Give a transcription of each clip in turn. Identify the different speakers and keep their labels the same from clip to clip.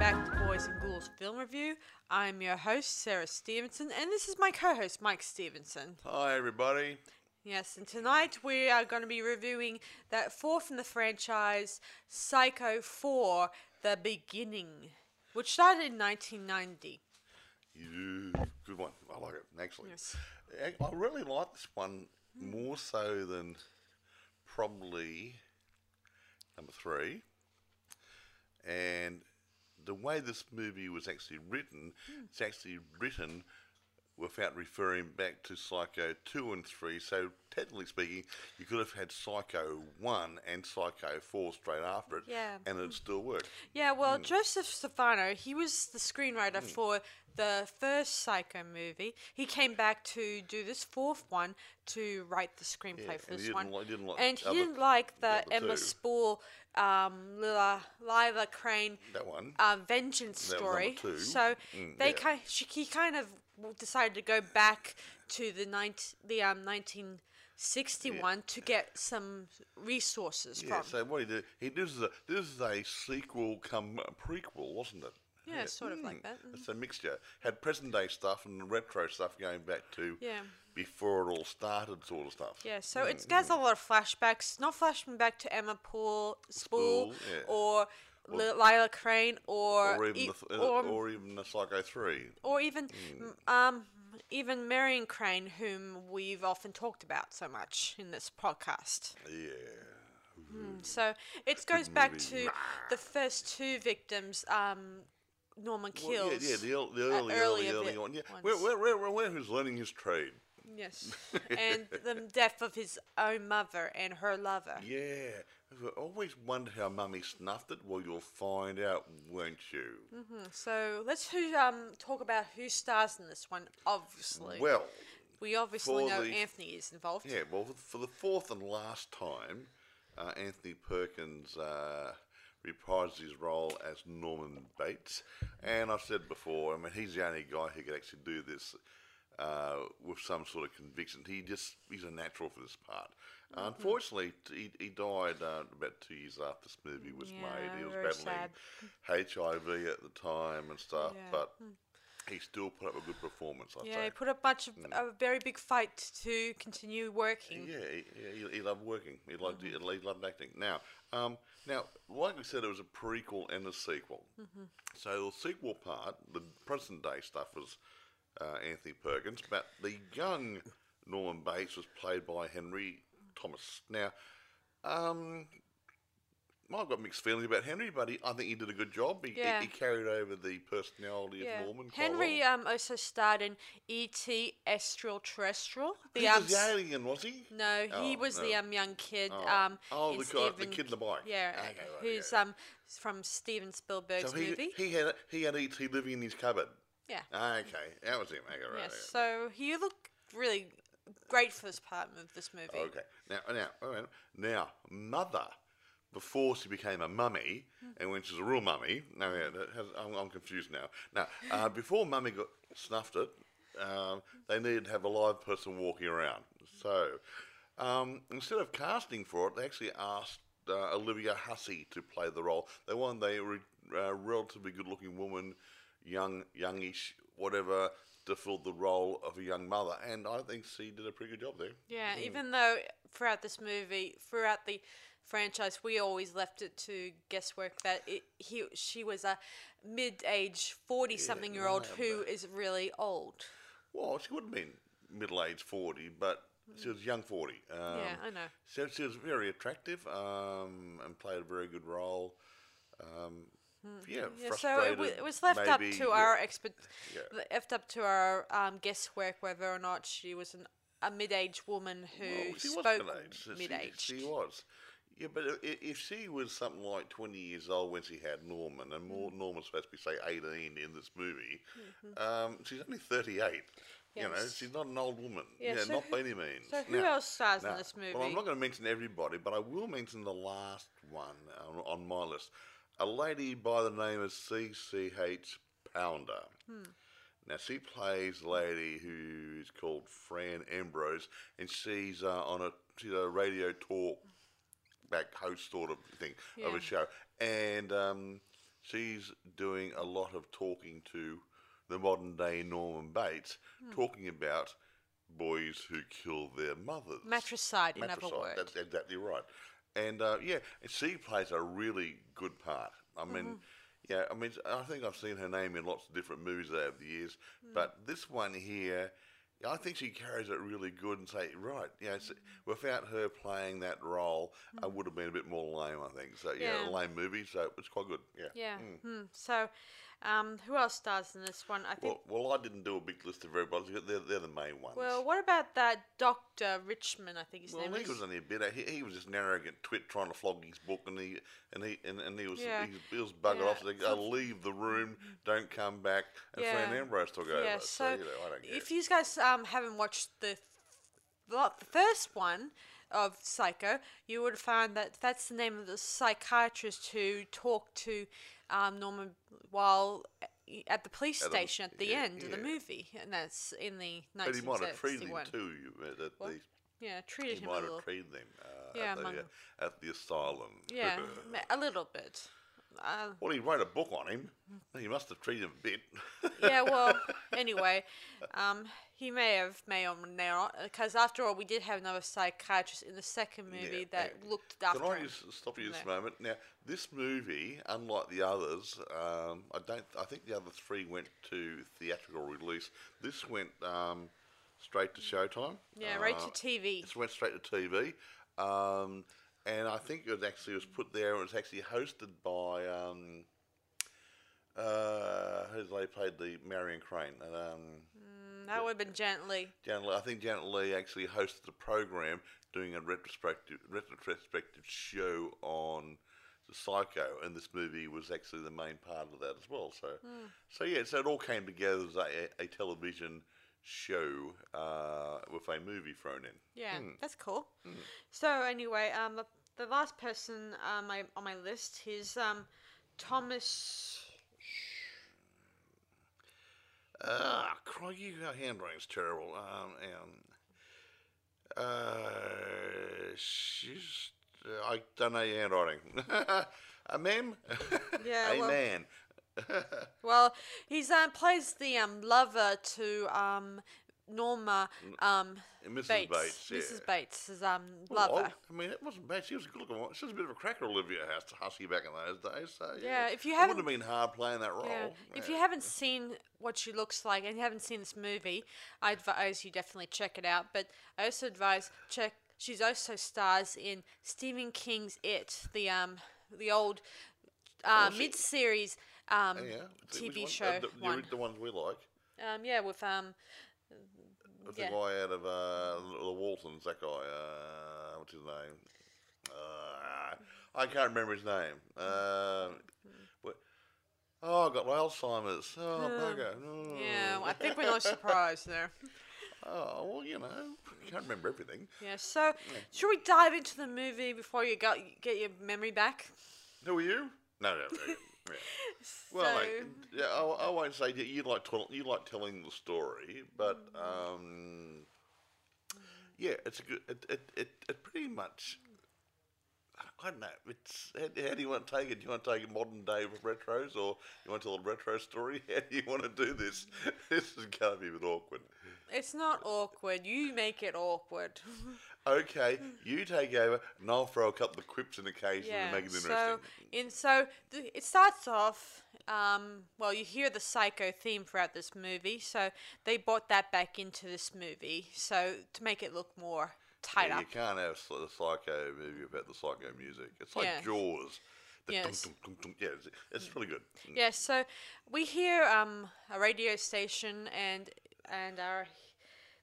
Speaker 1: back to Boys and Ghouls Film Review. I'm your host, Sarah Stevenson, and this is my co host, Mike Stevenson.
Speaker 2: Hi, everybody.
Speaker 1: Yes, and tonight we are going to be reviewing that fourth in the franchise, Psycho 4 The Beginning, which started in 1990.
Speaker 2: You, good one. I like it, actually.
Speaker 1: Yes.
Speaker 2: I I really like this one more so than probably number three. And the way this movie was actually written,
Speaker 1: Hmm.
Speaker 2: it's actually written without referring back to Psycho 2 and 3. So, technically speaking, you could have had Psycho 1 and Psycho 4 straight after it,
Speaker 1: Yeah.
Speaker 2: and it'd still work.
Speaker 1: Yeah,
Speaker 2: Mm.
Speaker 1: well, Joseph Stefano, he was the screenwriter for the first Psycho movie. He came back to do this fourth one to write the screenplay
Speaker 2: Yeah,
Speaker 1: for
Speaker 2: and
Speaker 1: this
Speaker 2: he
Speaker 1: one.
Speaker 2: didn't li- didn't like
Speaker 1: and
Speaker 2: the
Speaker 1: he
Speaker 2: other-
Speaker 1: didn't like
Speaker 2: the
Speaker 1: the,
Speaker 2: other
Speaker 1: Emma
Speaker 2: two.
Speaker 1: Spool, um, Lila, Lila Crane
Speaker 2: That one.
Speaker 1: uh, vengeance
Speaker 2: That was number
Speaker 1: story.
Speaker 2: two.
Speaker 1: So
Speaker 2: Mm,
Speaker 1: they
Speaker 2: yeah.
Speaker 1: kind she, he kind of w- decided to go back to the 19, the um, 1961 to get some resources
Speaker 2: Yeah,
Speaker 1: from.
Speaker 2: so what he did, he this is a this is a sequel come prequel, wasn't it? Hmm.
Speaker 1: Yeah, sort of like that,
Speaker 2: It's a mixture. Had present day stuff and retro stuff going back to
Speaker 1: Yeah.
Speaker 2: before it all started, sort of stuff. Hmm.
Speaker 1: Yeah, so it has a lot of flashbacks. Not flashing back to Emma Poole, Spool,
Speaker 2: Spool, yeah.
Speaker 1: or Li- Lila Crane, or
Speaker 2: Or even
Speaker 1: e-
Speaker 2: the, th- uh,
Speaker 1: or,
Speaker 2: or Hmm. even the Psycho three.
Speaker 1: or even m- um even Marion Crane, whom we've often talked about so much in this podcast.
Speaker 2: Yeah.
Speaker 1: So it goes back to the first two victims, um, Norman
Speaker 2: Well, yeah,
Speaker 1: Kills. Uh,
Speaker 2: yeah, the, early, the early,
Speaker 1: earlier
Speaker 2: early, early
Speaker 1: bit
Speaker 2: on. Yeah.
Speaker 1: ones.
Speaker 2: Where, where, where, where, where who's learning his trade?
Speaker 1: Yes. and the death of his own mother and her lover.
Speaker 2: Yeah. I always wondered how Mummy snuffed it. Well, you'll find out, won't you?
Speaker 1: Mm-hmm. So let's who, um, talk about who stars in this one, obviously.
Speaker 2: Well,
Speaker 1: we obviously
Speaker 2: for
Speaker 1: know
Speaker 2: the-
Speaker 1: Anthony is involved.
Speaker 2: Yeah, well, for- for the fourth and last time, uh, Anthony Perkins uh, reprised his role as Norman Bates. And I've said before, I mean, he's the only guy who could actually do this uh, with some sort of conviction. He just, he's a natural for this part.
Speaker 1: Mm-hmm.
Speaker 2: Unfortunately, t- he, he died uh, about two years after this movie was
Speaker 1: Yeah,
Speaker 2: made. He was
Speaker 1: very sad.
Speaker 2: battling HIV at the time and stuff,
Speaker 1: Yeah. Hmm.
Speaker 2: but he still put up a good performance, I'd
Speaker 1: Yeah,
Speaker 2: say. Mm.
Speaker 1: he put up much of a very big fight to continue working.
Speaker 2: Yeah, he, he- he loved working. He loved
Speaker 1: Mm-hmm.
Speaker 2: he loved acting. Now, um, now, like we said, it was a prequel and a sequel.
Speaker 1: Mm-hmm.
Speaker 2: So the sequel part, the present day stuff, was uh, Anthony Perkins, but the young Norman Bates was played by Henry Thomas. Now, um, I've got mixed feelings about Henry, but he, I think he did a good job. He, he-
Speaker 1: Yeah.
Speaker 2: he, carried over the personality
Speaker 1: Yeah.
Speaker 2: of Norman. quite
Speaker 1: Henry
Speaker 2: well.
Speaker 1: um, also starred in E.T. Astral Terrestrial.
Speaker 2: he
Speaker 1: The, um,
Speaker 2: was the alien, was he?
Speaker 1: no, he
Speaker 2: Oh,
Speaker 1: was the
Speaker 2: no.
Speaker 1: um, young kid.
Speaker 2: Oh.
Speaker 1: Um,
Speaker 2: Oh,
Speaker 1: in
Speaker 2: the guy- the
Speaker 1: Steven-
Speaker 2: kid in the bike.
Speaker 1: Yeah,
Speaker 2: Okay, right,
Speaker 1: who's
Speaker 2: okay.
Speaker 1: um from Steven Spielberg's
Speaker 2: So he,
Speaker 1: movie.
Speaker 2: he had he had ET living in his cupboard.
Speaker 1: yeah.
Speaker 2: Ah, okay, that was him. Okay, right,
Speaker 1: Yes.
Speaker 2: right.
Speaker 1: So he looked really great for this part of this movie.
Speaker 2: Okay. Now, now, all right. now, mother, before she became a mummy, and when she's a real mummy, no, yeah, that has, I'm, I'm confused now. Now, uh, before mummy got snuffed it, um, they needed to have a live person walking around. So, um, instead of casting for it, they actually asked uh, Olivia Hussey to play the role. They wanted a re- uh, relatively good-looking woman, young, youngish, whatever. To fill the role of a young mother, and I think she did a pretty good job there.
Speaker 1: Yeah. Even though throughout this movie, throughout the franchise, we always left it to guesswork that it, he she was a mid-age forty-something-year-old
Speaker 2: no,
Speaker 1: who is really old.
Speaker 2: Well, she would have been middle aged 40, but she was young 40. Um,
Speaker 1: yeah, I know.
Speaker 2: So she was very attractive um, and played a very good role. Um, yeah,
Speaker 1: Hmm. Yeah, so it,
Speaker 2: frustrated.
Speaker 1: w- it was left
Speaker 2: maybe,
Speaker 1: up to
Speaker 2: yeah.
Speaker 1: our expert,
Speaker 2: Yeah.
Speaker 1: left up to our um, guesswork whether or not she was an, a mid-aged woman who
Speaker 2: Well, she was
Speaker 1: spoke
Speaker 2: middle-aged. so she-
Speaker 1: mid-aged.
Speaker 2: She, was. Yeah, but i- i- if she was something like 20 years old when she had Norman, and more,
Speaker 1: Hmm.
Speaker 2: Norman's supposed to be, say, 18 in this movie, um, she's only 38. You know,
Speaker 1: Mm-hmm. Yes.
Speaker 2: she's not an old woman.
Speaker 1: Yeah,
Speaker 2: Yeah,
Speaker 1: so
Speaker 2: not by
Speaker 1: who-
Speaker 2: any means.
Speaker 1: so who
Speaker 2: Now-
Speaker 1: else stars
Speaker 2: now,
Speaker 1: in this movie?
Speaker 2: Well, I'm not going to mention everybody, but I will mention the last one on, on my list. A lady by the name of CCH Pounder.
Speaker 1: Hmm.
Speaker 2: Now, she plays a lady who is called Fran Ambrose, and she's uh, on a, she's a radio talk back host sort of thing of
Speaker 1: Yeah.
Speaker 2: a show. And um, she's doing a lot of talking to the modern day Norman Bates,
Speaker 1: Hmm.
Speaker 2: talking about boys who kill their mothers.
Speaker 1: Matricide, in other
Speaker 2: Matricide,
Speaker 1: words.
Speaker 2: That's exactly right. And uh, yeah, and she plays a really good part. I mean,
Speaker 1: Mm-hmm.
Speaker 2: yeah, I mean, I think I've seen her name in lots of different movies over the years,
Speaker 1: Mm.
Speaker 2: but this one here, I think she carries it really good and say, right, yeah, it's,
Speaker 1: Mm-hmm.
Speaker 2: without her playing that role, it would have been a bit more lame, I think. So yeah,
Speaker 1: Mm. Yeah.
Speaker 2: a lame movie, so it's quite good. Yeah. Mm.
Speaker 1: Yeah. Hmm. So, um, who else stars in this one? I think.
Speaker 2: Well, well, I didn't do a big list of everybody. They're, they're the main ones.
Speaker 1: Well, what about that Doctor Richmond? I think his
Speaker 2: Well,
Speaker 1: name
Speaker 2: Lee
Speaker 1: is.
Speaker 2: was only a bit. He, he was just an arrogant twit trying to flog his book, and he and he and, and he was
Speaker 1: Yeah.
Speaker 2: he, was, he was buggered
Speaker 1: Yeah.
Speaker 2: off. So they go, leave the room, don't come back, and
Speaker 1: Yeah.
Speaker 2: Fran Ambrose took over.
Speaker 1: Yeah.
Speaker 2: so,
Speaker 1: So,
Speaker 2: you know, I don't care.
Speaker 1: if you guys um, haven't watched the, th- lot- the first one of Psycho, you would find that that's the name of the psychiatrist who talked to um, Norman while a- at the police
Speaker 2: At the-
Speaker 1: station at the
Speaker 2: yeah,
Speaker 1: end of the
Speaker 2: yeah.
Speaker 1: movie, and that's in the
Speaker 2: but he might have treated him
Speaker 1: 1961.
Speaker 2: too. You, uh, that
Speaker 1: What?
Speaker 2: these-
Speaker 1: Yeah, treated
Speaker 2: he
Speaker 1: him a
Speaker 2: might
Speaker 1: little.
Speaker 2: have treated them uh,
Speaker 1: Yeah,
Speaker 2: at, the,
Speaker 1: among-
Speaker 2: uh, at the asylum.
Speaker 1: Yeah, ma- a little bit. Uh,
Speaker 2: well, he wrote a book on him. He must have treated him a bit.
Speaker 1: yeah, well, anyway, um, he may have, may or may not, because after all, we did have another psychiatrist in the second
Speaker 2: Yeah,
Speaker 1: movie
Speaker 2: and
Speaker 1: that looked after
Speaker 2: Can I
Speaker 1: him.
Speaker 2: just stop you
Speaker 1: No.
Speaker 2: this moment? Now, this movie, unlike the others, um, I don't. I think the other three went to theatrical release. This went um, straight to Showtime.
Speaker 1: Yeah, right
Speaker 2: Uh,
Speaker 1: to TV.
Speaker 2: It went straight to TV, um, and I think it was actually was put there. It was actually hosted by. Um, uh, who's they played the Marion Crane? And, um,
Speaker 1: Mm, That would have been gently.
Speaker 2: Janet Lee, I think Janet Lee actually hosted the program doing a retrospective retrospective show on the Psycho, and this movie was actually the main part of that as well. So,
Speaker 1: Hmm.
Speaker 2: so yeah, so it all came together as a, a television show uh, with a movie thrown in.
Speaker 1: Yeah, that's cool.
Speaker 2: Hmm.
Speaker 1: So anyway, um, the, the last person um, I, on my list is um, Thomas.
Speaker 2: Ah, crikey, her handwriting's terrible. Um, and uh, she's uh, I don't know your handwriting. a ma'am?
Speaker 1: Yeah,
Speaker 2: a
Speaker 1: well-
Speaker 2: man.
Speaker 1: Well, he's um, plays the um, lover to um, Norma um,
Speaker 2: Mrs.
Speaker 1: Bates.
Speaker 2: Bates, yeah.
Speaker 1: Mrs. Bates is um,
Speaker 2: Well,
Speaker 1: lover.
Speaker 2: I mean, it wasn't bad. She was a good looking one. She was a bit of a cracker, Olivia Hus- Hussey, back in those days. So
Speaker 1: Yeah, if you
Speaker 2: it
Speaker 1: haven't-
Speaker 2: wouldn't have been hard playing that role.
Speaker 1: Yeah. If you
Speaker 2: Yeah.
Speaker 1: haven't seen what she looks like and you haven't seen this movie, I advise you definitely check it out. But I also advise check. She's also stars in Stephen King's It, the um, the old uh,
Speaker 2: Oh, she-
Speaker 1: mid-series um,
Speaker 2: yeah, see,
Speaker 1: TV
Speaker 2: which one? Uh,
Speaker 1: show
Speaker 2: the, the-
Speaker 1: one.
Speaker 2: the ones we like.
Speaker 1: Um, yeah, with um,
Speaker 2: That's
Speaker 1: Yeah.
Speaker 2: the guy out of uh, the Waltons. That guy. Uh, what's his name? Uh, I can't remember his name. Uh, what- oh, I got Alzheimer's. Oh, bugger. Oh.
Speaker 1: Hmm. yeah, I think we're not
Speaker 2: Hmm.
Speaker 1: surprised there.
Speaker 2: Oh, well, you know, you can't remember everything.
Speaker 1: Yeah. So,
Speaker 2: Hmm.
Speaker 1: should we dive into the movie before you go, get your memory back?
Speaker 2: Who are you? No, no, no. yeah. Well, mate, yeah, I, I won't say that you like tell, you like telling the story, but um, yeah, it's a good. It it, it, it pretty much. I don't know. It's how, how do you want to take it? Do you want to take it modern day with retros, or you want to tell a retro story? How do you want to do this? This is going to be a bit awkward.
Speaker 1: it's not awkward. You make it awkward.
Speaker 2: Okay, you take over, and I'll throw a couple of quips in occasionally to make it interesting.
Speaker 1: So, in so th- it starts off. Um, well, you hear the psycho theme throughout this movie, so they brought that back into this movie, so to make it look more tied
Speaker 2: Yeah,
Speaker 1: up.
Speaker 2: you can't have sl- a psycho movie about the psycho music. It's like
Speaker 1: Yeah.
Speaker 2: Jaws. The dum,
Speaker 1: Yes.
Speaker 2: dum, dum, dum. Yeah, it's, it's really good. Mm.
Speaker 1: Yeah, so we hear um, a radio station, and and our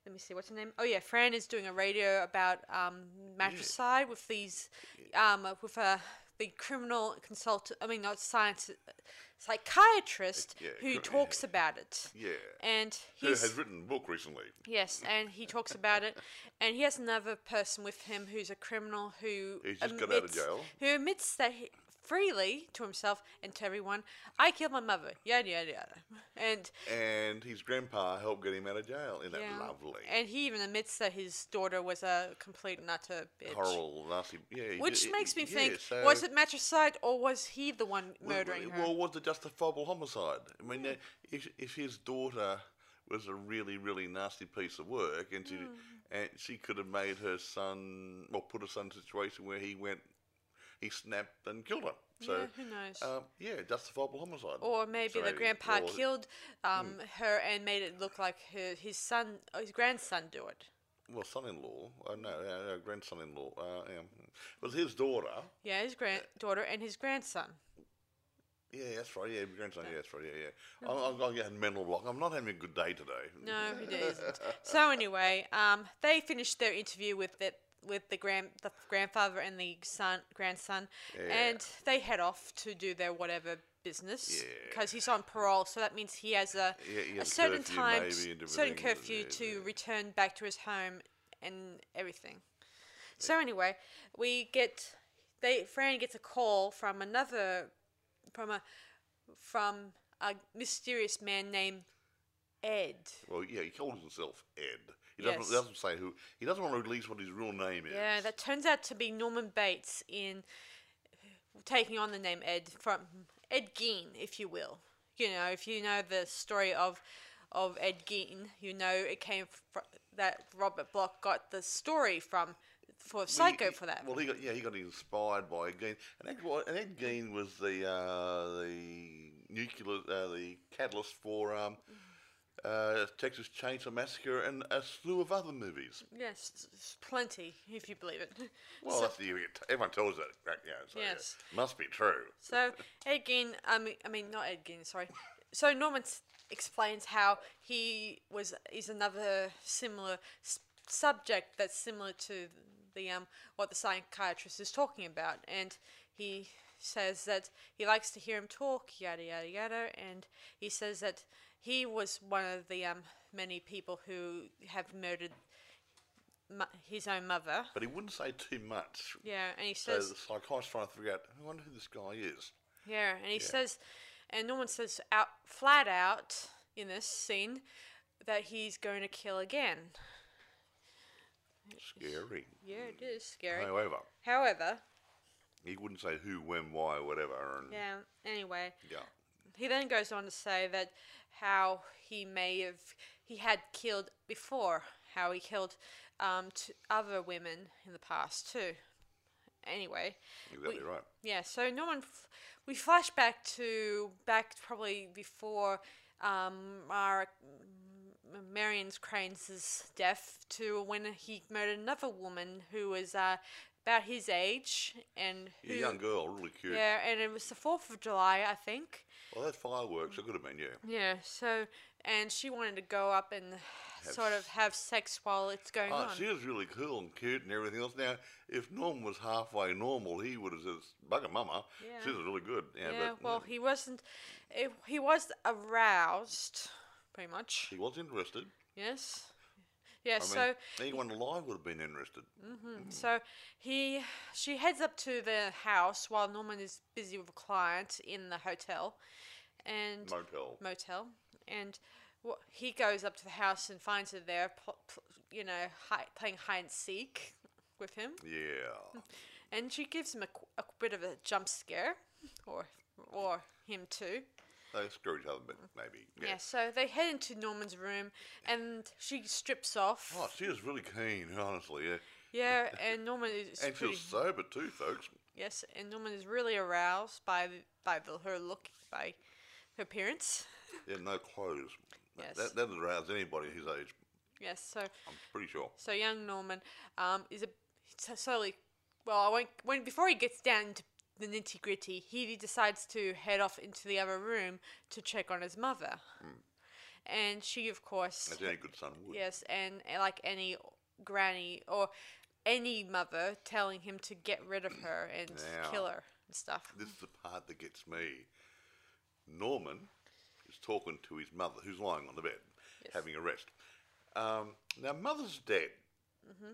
Speaker 1: let me see what's her name. Oh yeah, Fran is doing a radio about um, matricide with these um, with a the criminal consultant. I mean, not science psychiatrist
Speaker 2: Yeah,
Speaker 1: who
Speaker 2: cri-
Speaker 1: talks about it.
Speaker 2: Yeah.
Speaker 1: and
Speaker 2: Who
Speaker 1: he's
Speaker 2: has written a book recently?
Speaker 1: yes, and he talks about it, and he has another person with him who's a criminal who
Speaker 2: He's just got out of
Speaker 1: admits-
Speaker 2: jail.
Speaker 1: Who admits that he, freely to himself and to everyone, I killed my mother, yada, yada, yada. And
Speaker 2: And his grandpa helped get him out of jail. Isn't
Speaker 1: yeah.
Speaker 2: that lovely?
Speaker 1: And he even admits that his daughter was a complete and utter bitch.
Speaker 2: Horrible, nasty. Yeah, he
Speaker 1: Which
Speaker 2: did-
Speaker 1: makes me
Speaker 2: yeah,
Speaker 1: think
Speaker 2: so-
Speaker 1: was it matricide or was he the one
Speaker 2: Well,
Speaker 1: murdering
Speaker 2: well,
Speaker 1: her?
Speaker 2: Well, was it justifiable homicide? I mean, uh, if, if his daughter was a really, really nasty piece of work, and she
Speaker 1: Mm.
Speaker 2: and she could have made her son, well, put her son in a situation where he went, he snapped and killed her. So,
Speaker 1: yeah, who knows?
Speaker 2: um, yeah, justifiable homicide.
Speaker 1: or um, maybe the
Speaker 2: Australian-
Speaker 1: grandpa
Speaker 2: or-
Speaker 1: killed
Speaker 2: hmm.
Speaker 1: um, her and made it look like her, his son, or his grandson, do it.
Speaker 2: Well, son-in-law. Uh, no, uh, uh, grandson-in-law. Uh, um, well, his daughter.
Speaker 1: Yeah, his granddaughter and his grandson.
Speaker 2: Yeah, that's right. Yeah, grandson. Yeah, that's right. Yeah, yeah. I'm, I'm, I'm getting mental block. I'm not having a good day today.
Speaker 1: No, it isn't. So anyway, um, they finished their interview with the with the grand the grandfather and the son grandson, and they head off to do their whatever business because he's on parole. So that means he has a
Speaker 2: Yeah, he
Speaker 1: a
Speaker 2: has a
Speaker 1: certain
Speaker 2: curfew
Speaker 1: time,
Speaker 2: maybe
Speaker 1: s-
Speaker 2: and
Speaker 1: certain
Speaker 2: everything,
Speaker 1: curfew
Speaker 2: yeah,
Speaker 1: to return back to his home and everything. So anyway, we get they Fran gets a call from another from a from a mysterious man named Ed.
Speaker 2: Well, yeah, he calls himself Ed. He doesn't,
Speaker 1: Yes.
Speaker 2: doesn't say who. He doesn't want to release what his real name is.
Speaker 1: Yeah, that turns out to be Norman Bates in taking on the name Ed from Ed Gein, if you will. You know, if you know the story of of Ed Gein, you know it came fr- that Robert Block got the story from for
Speaker 2: Well, he-
Speaker 1: Psycho
Speaker 2: he-
Speaker 1: for that.
Speaker 2: Well, he got yeah, he got inspired by Gein, and Ed, well, and Ed Gein was the uh, the nuclear uh, the catalyst for um, uh, Texas Chainsaw Massacre and a slew of other movies.
Speaker 1: yes, s- s- plenty, if you believe it.
Speaker 2: Well,
Speaker 1: So-
Speaker 2: that's the everyone tells that, right? Yeah, so, yeah,
Speaker 1: Yes.
Speaker 2: must be true.
Speaker 1: So Ed Gein, I mean, I mean not Ed Gein, sorry. So Norman s- explains how he was is another similar s- subject that's similar to the um what the psychiatrist is talking about, and he says that he likes to hear him talk, yada yada yada, and he says that he was one of the um many people who have murdered mu- his own mother.
Speaker 2: But he wouldn't say too much.
Speaker 1: Yeah, and he
Speaker 2: So
Speaker 1: says
Speaker 2: the psychiatrist trying to figure out. I wonder who this guy is.
Speaker 1: Yeah, and he says, and Norman says out flat out in this scene that he's going to kill again.
Speaker 2: Scary.
Speaker 1: Yeah, it is scary.
Speaker 2: However,
Speaker 1: However,
Speaker 2: he wouldn't say who, when, why, whatever, and
Speaker 1: yeah. Anyway,
Speaker 2: yeah.
Speaker 1: he then goes on to say that how he may have he had killed before, how he killed um, t- other women in the past too. Anyway,
Speaker 2: Exactly right.
Speaker 1: Yeah, so Norman, f- we flash back to back probably before um, Mara, M- Marion Crane's death to when he murdered another woman who was uh, about his age and who,
Speaker 2: A young girl, really cute.
Speaker 1: yeah, and it was the Fourth of July, I think.
Speaker 2: Well, that fireworks, it could have been, yeah.
Speaker 1: Yeah, so and she wanted to go up and sort of have sex while it's going
Speaker 2: Oh,
Speaker 1: on.
Speaker 2: she was really cool and cute and everything else. Now, if Norm was halfway normal, he would have said, bugger mama,
Speaker 1: Yeah.
Speaker 2: she's really good. Yeah,
Speaker 1: yeah,
Speaker 2: but
Speaker 1: well, he wasn't. It, he was aroused, pretty much.
Speaker 2: he was interested.
Speaker 1: Yes. Yeah,
Speaker 2: I mean,
Speaker 1: so mm,
Speaker 2: anyone alive would have been interested.
Speaker 1: so he she heads up to the house while Norman is busy with a client in the hotel and
Speaker 2: Motel.
Speaker 1: motel and wha he goes up to the house and finds her there pl- pl- you know hi- playing hide and seek with him
Speaker 2: Yeah.
Speaker 1: and she gives him a, qu- a bit of a jump scare or or him too
Speaker 2: They screwed each other a bit, maybe.
Speaker 1: yeah.
Speaker 2: Yeah.
Speaker 1: so they head into Norman's room and she strips off
Speaker 2: Oh, she was really keen, honestly. Yeah.
Speaker 1: yeah and Norman is
Speaker 2: And she
Speaker 1: pretty-
Speaker 2: was sober too, folks.
Speaker 1: Yes, and Norman is really aroused by the, by the, her look, by her appearance.
Speaker 2: Yeah, no clothes.
Speaker 1: Yes.
Speaker 2: That, that would arouse anybody his age,
Speaker 1: Yes, so
Speaker 2: I'm pretty sure.
Speaker 1: so young Norman um, is a so- slowly. Well, I won't. When before he gets down to the nitty gritty, he decides to head off into the other room to check on his mother, and she, of course,
Speaker 2: Hmm. As any good son would.
Speaker 1: yes, and and like any granny or any mother, telling him to get rid of her and
Speaker 2: Now.
Speaker 1: kill her and stuff.
Speaker 2: This is the part that gets me. Norman is talking to his mother, who's lying on the bed, having a rest. Um, now, mother's dead. Mm-hmm.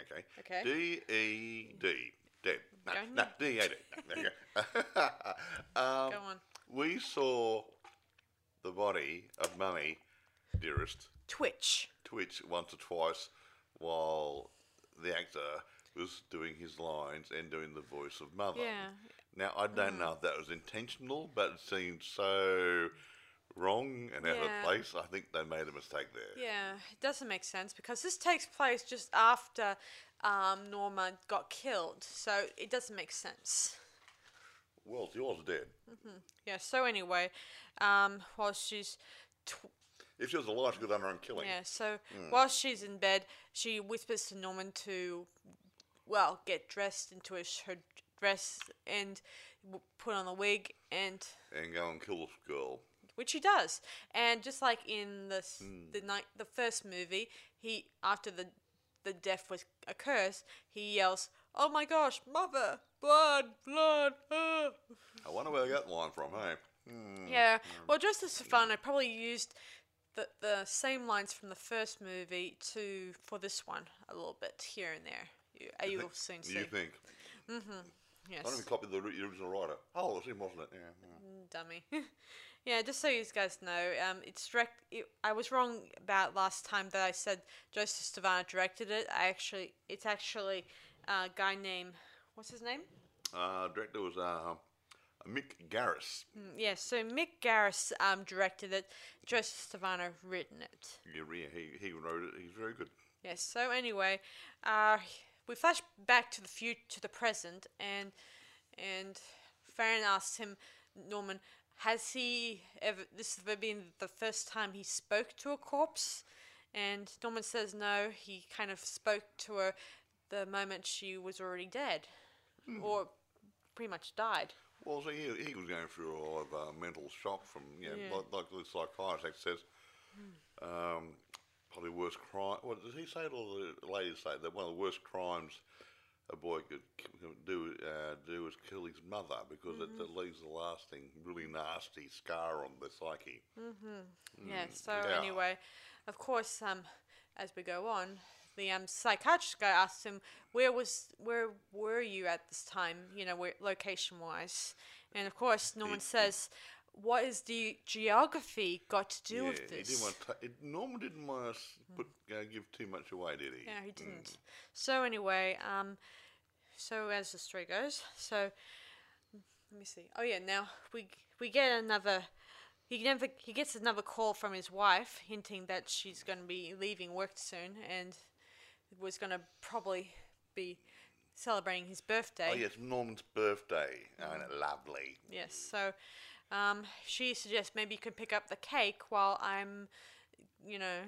Speaker 2: Okay.
Speaker 1: Okay.
Speaker 2: D E D. dead. No,
Speaker 1: Don't
Speaker 2: no,
Speaker 1: know.
Speaker 2: DEA dead. No, there you go. um,
Speaker 1: Go on.
Speaker 2: we saw the body of Mummy, dearest,
Speaker 1: Twitch.
Speaker 2: twitch once or twice while the actor was doing his lines and doing the voice of Mother.
Speaker 1: Yeah.
Speaker 2: Now, I
Speaker 1: Mm-hmm.
Speaker 2: don't know if that was intentional, but it seemed so wrong and out
Speaker 1: Yeah.
Speaker 2: of place. I think they made a mistake there.
Speaker 1: Yeah, it doesn't make sense because this takes place just after um, Norma got killed, so it doesn't make sense.
Speaker 2: Well, she was dead.
Speaker 1: Yeah. So anyway, um, while she's tw-
Speaker 2: If she was alive, she could have done her own killing.
Speaker 1: yeah, so while she's in bed, she whispers to Norman to, well, get dressed into a, sh- her dress and w- put on a wig and
Speaker 2: And go and kill this girl.
Speaker 1: which he does. And just like in the s
Speaker 2: Hmm.
Speaker 1: the night the first movie, he after the the death was occurs, he yells, "Oh my gosh, mother, blood, blood!" ah."
Speaker 2: I wonder where they got that line from, hey? Hmm,
Speaker 1: Yeah. Well, just as for fun, I probably used the the same lines from the first movie to for this one a little bit here and there. You, uh, you will soon see.
Speaker 2: You think? I don't
Speaker 1: yes,
Speaker 2: even copy the ri- original writer. Oh, it was him, wasn't it? Yeah.
Speaker 1: Mm.
Speaker 2: yeah.
Speaker 1: dummy. yeah, just so you guys know, um, it's direct. It, I was wrong about last time that I said Joseph Stavana directed it. I actually, it's actually a guy named what's his name?
Speaker 2: Uh, director was uh, Mick Garris.
Speaker 1: Mm, Yeah, so Mick Garris um, directed it. Joseph Stavana written it.
Speaker 2: Yeah, yeah, he, he wrote it. He's very good.
Speaker 1: Yes. So anyway, uh, we flash back to the future, to the present, and and Farron asks him, Norman, has he ever? This has been the first time he spoke to a corpse, and Norman says no. He kind of spoke to her the moment she was already dead, or pretty much died.
Speaker 2: Well, see, he, he was going through a lot of uh, mental shock from, you know,
Speaker 1: Yeah.
Speaker 2: like, like the psychiatrist says, um, probably worst crime. Well, does he say it or the lady say it, that one of the worst crimes a boy could k- could do uh, do is kill his mother because
Speaker 1: Mm-hmm.
Speaker 2: it, it leaves a lasting, really nasty scar on the psyche.
Speaker 1: Yeah. So
Speaker 2: Mm, yeah.
Speaker 1: anyway, of course, um, as we go on, the um psychiatrist guy asks him, "Where was where were you at this time? You know, where location wise?" And of course, Norman says, "What is the geography got to do
Speaker 2: yeah,
Speaker 1: with
Speaker 2: he
Speaker 1: this?"
Speaker 2: didn't want to. Norman didn't want to s- put, uh, give too much away, did he? Mm.
Speaker 1: Yeah, Hmm. he didn't. So anyway, um, so as the story goes, so let me see. Oh yeah, now we we get another. He never he gets another call from his wife hinting that she's going to be leaving work soon and was going to probably be celebrating his birthday.
Speaker 2: Oh yes, Norman's birthday.
Speaker 1: Mm-hmm.
Speaker 2: Oh, isn't it lovely.
Speaker 1: Yes. So um, she suggests maybe you can pick up the cake while I'm, you know,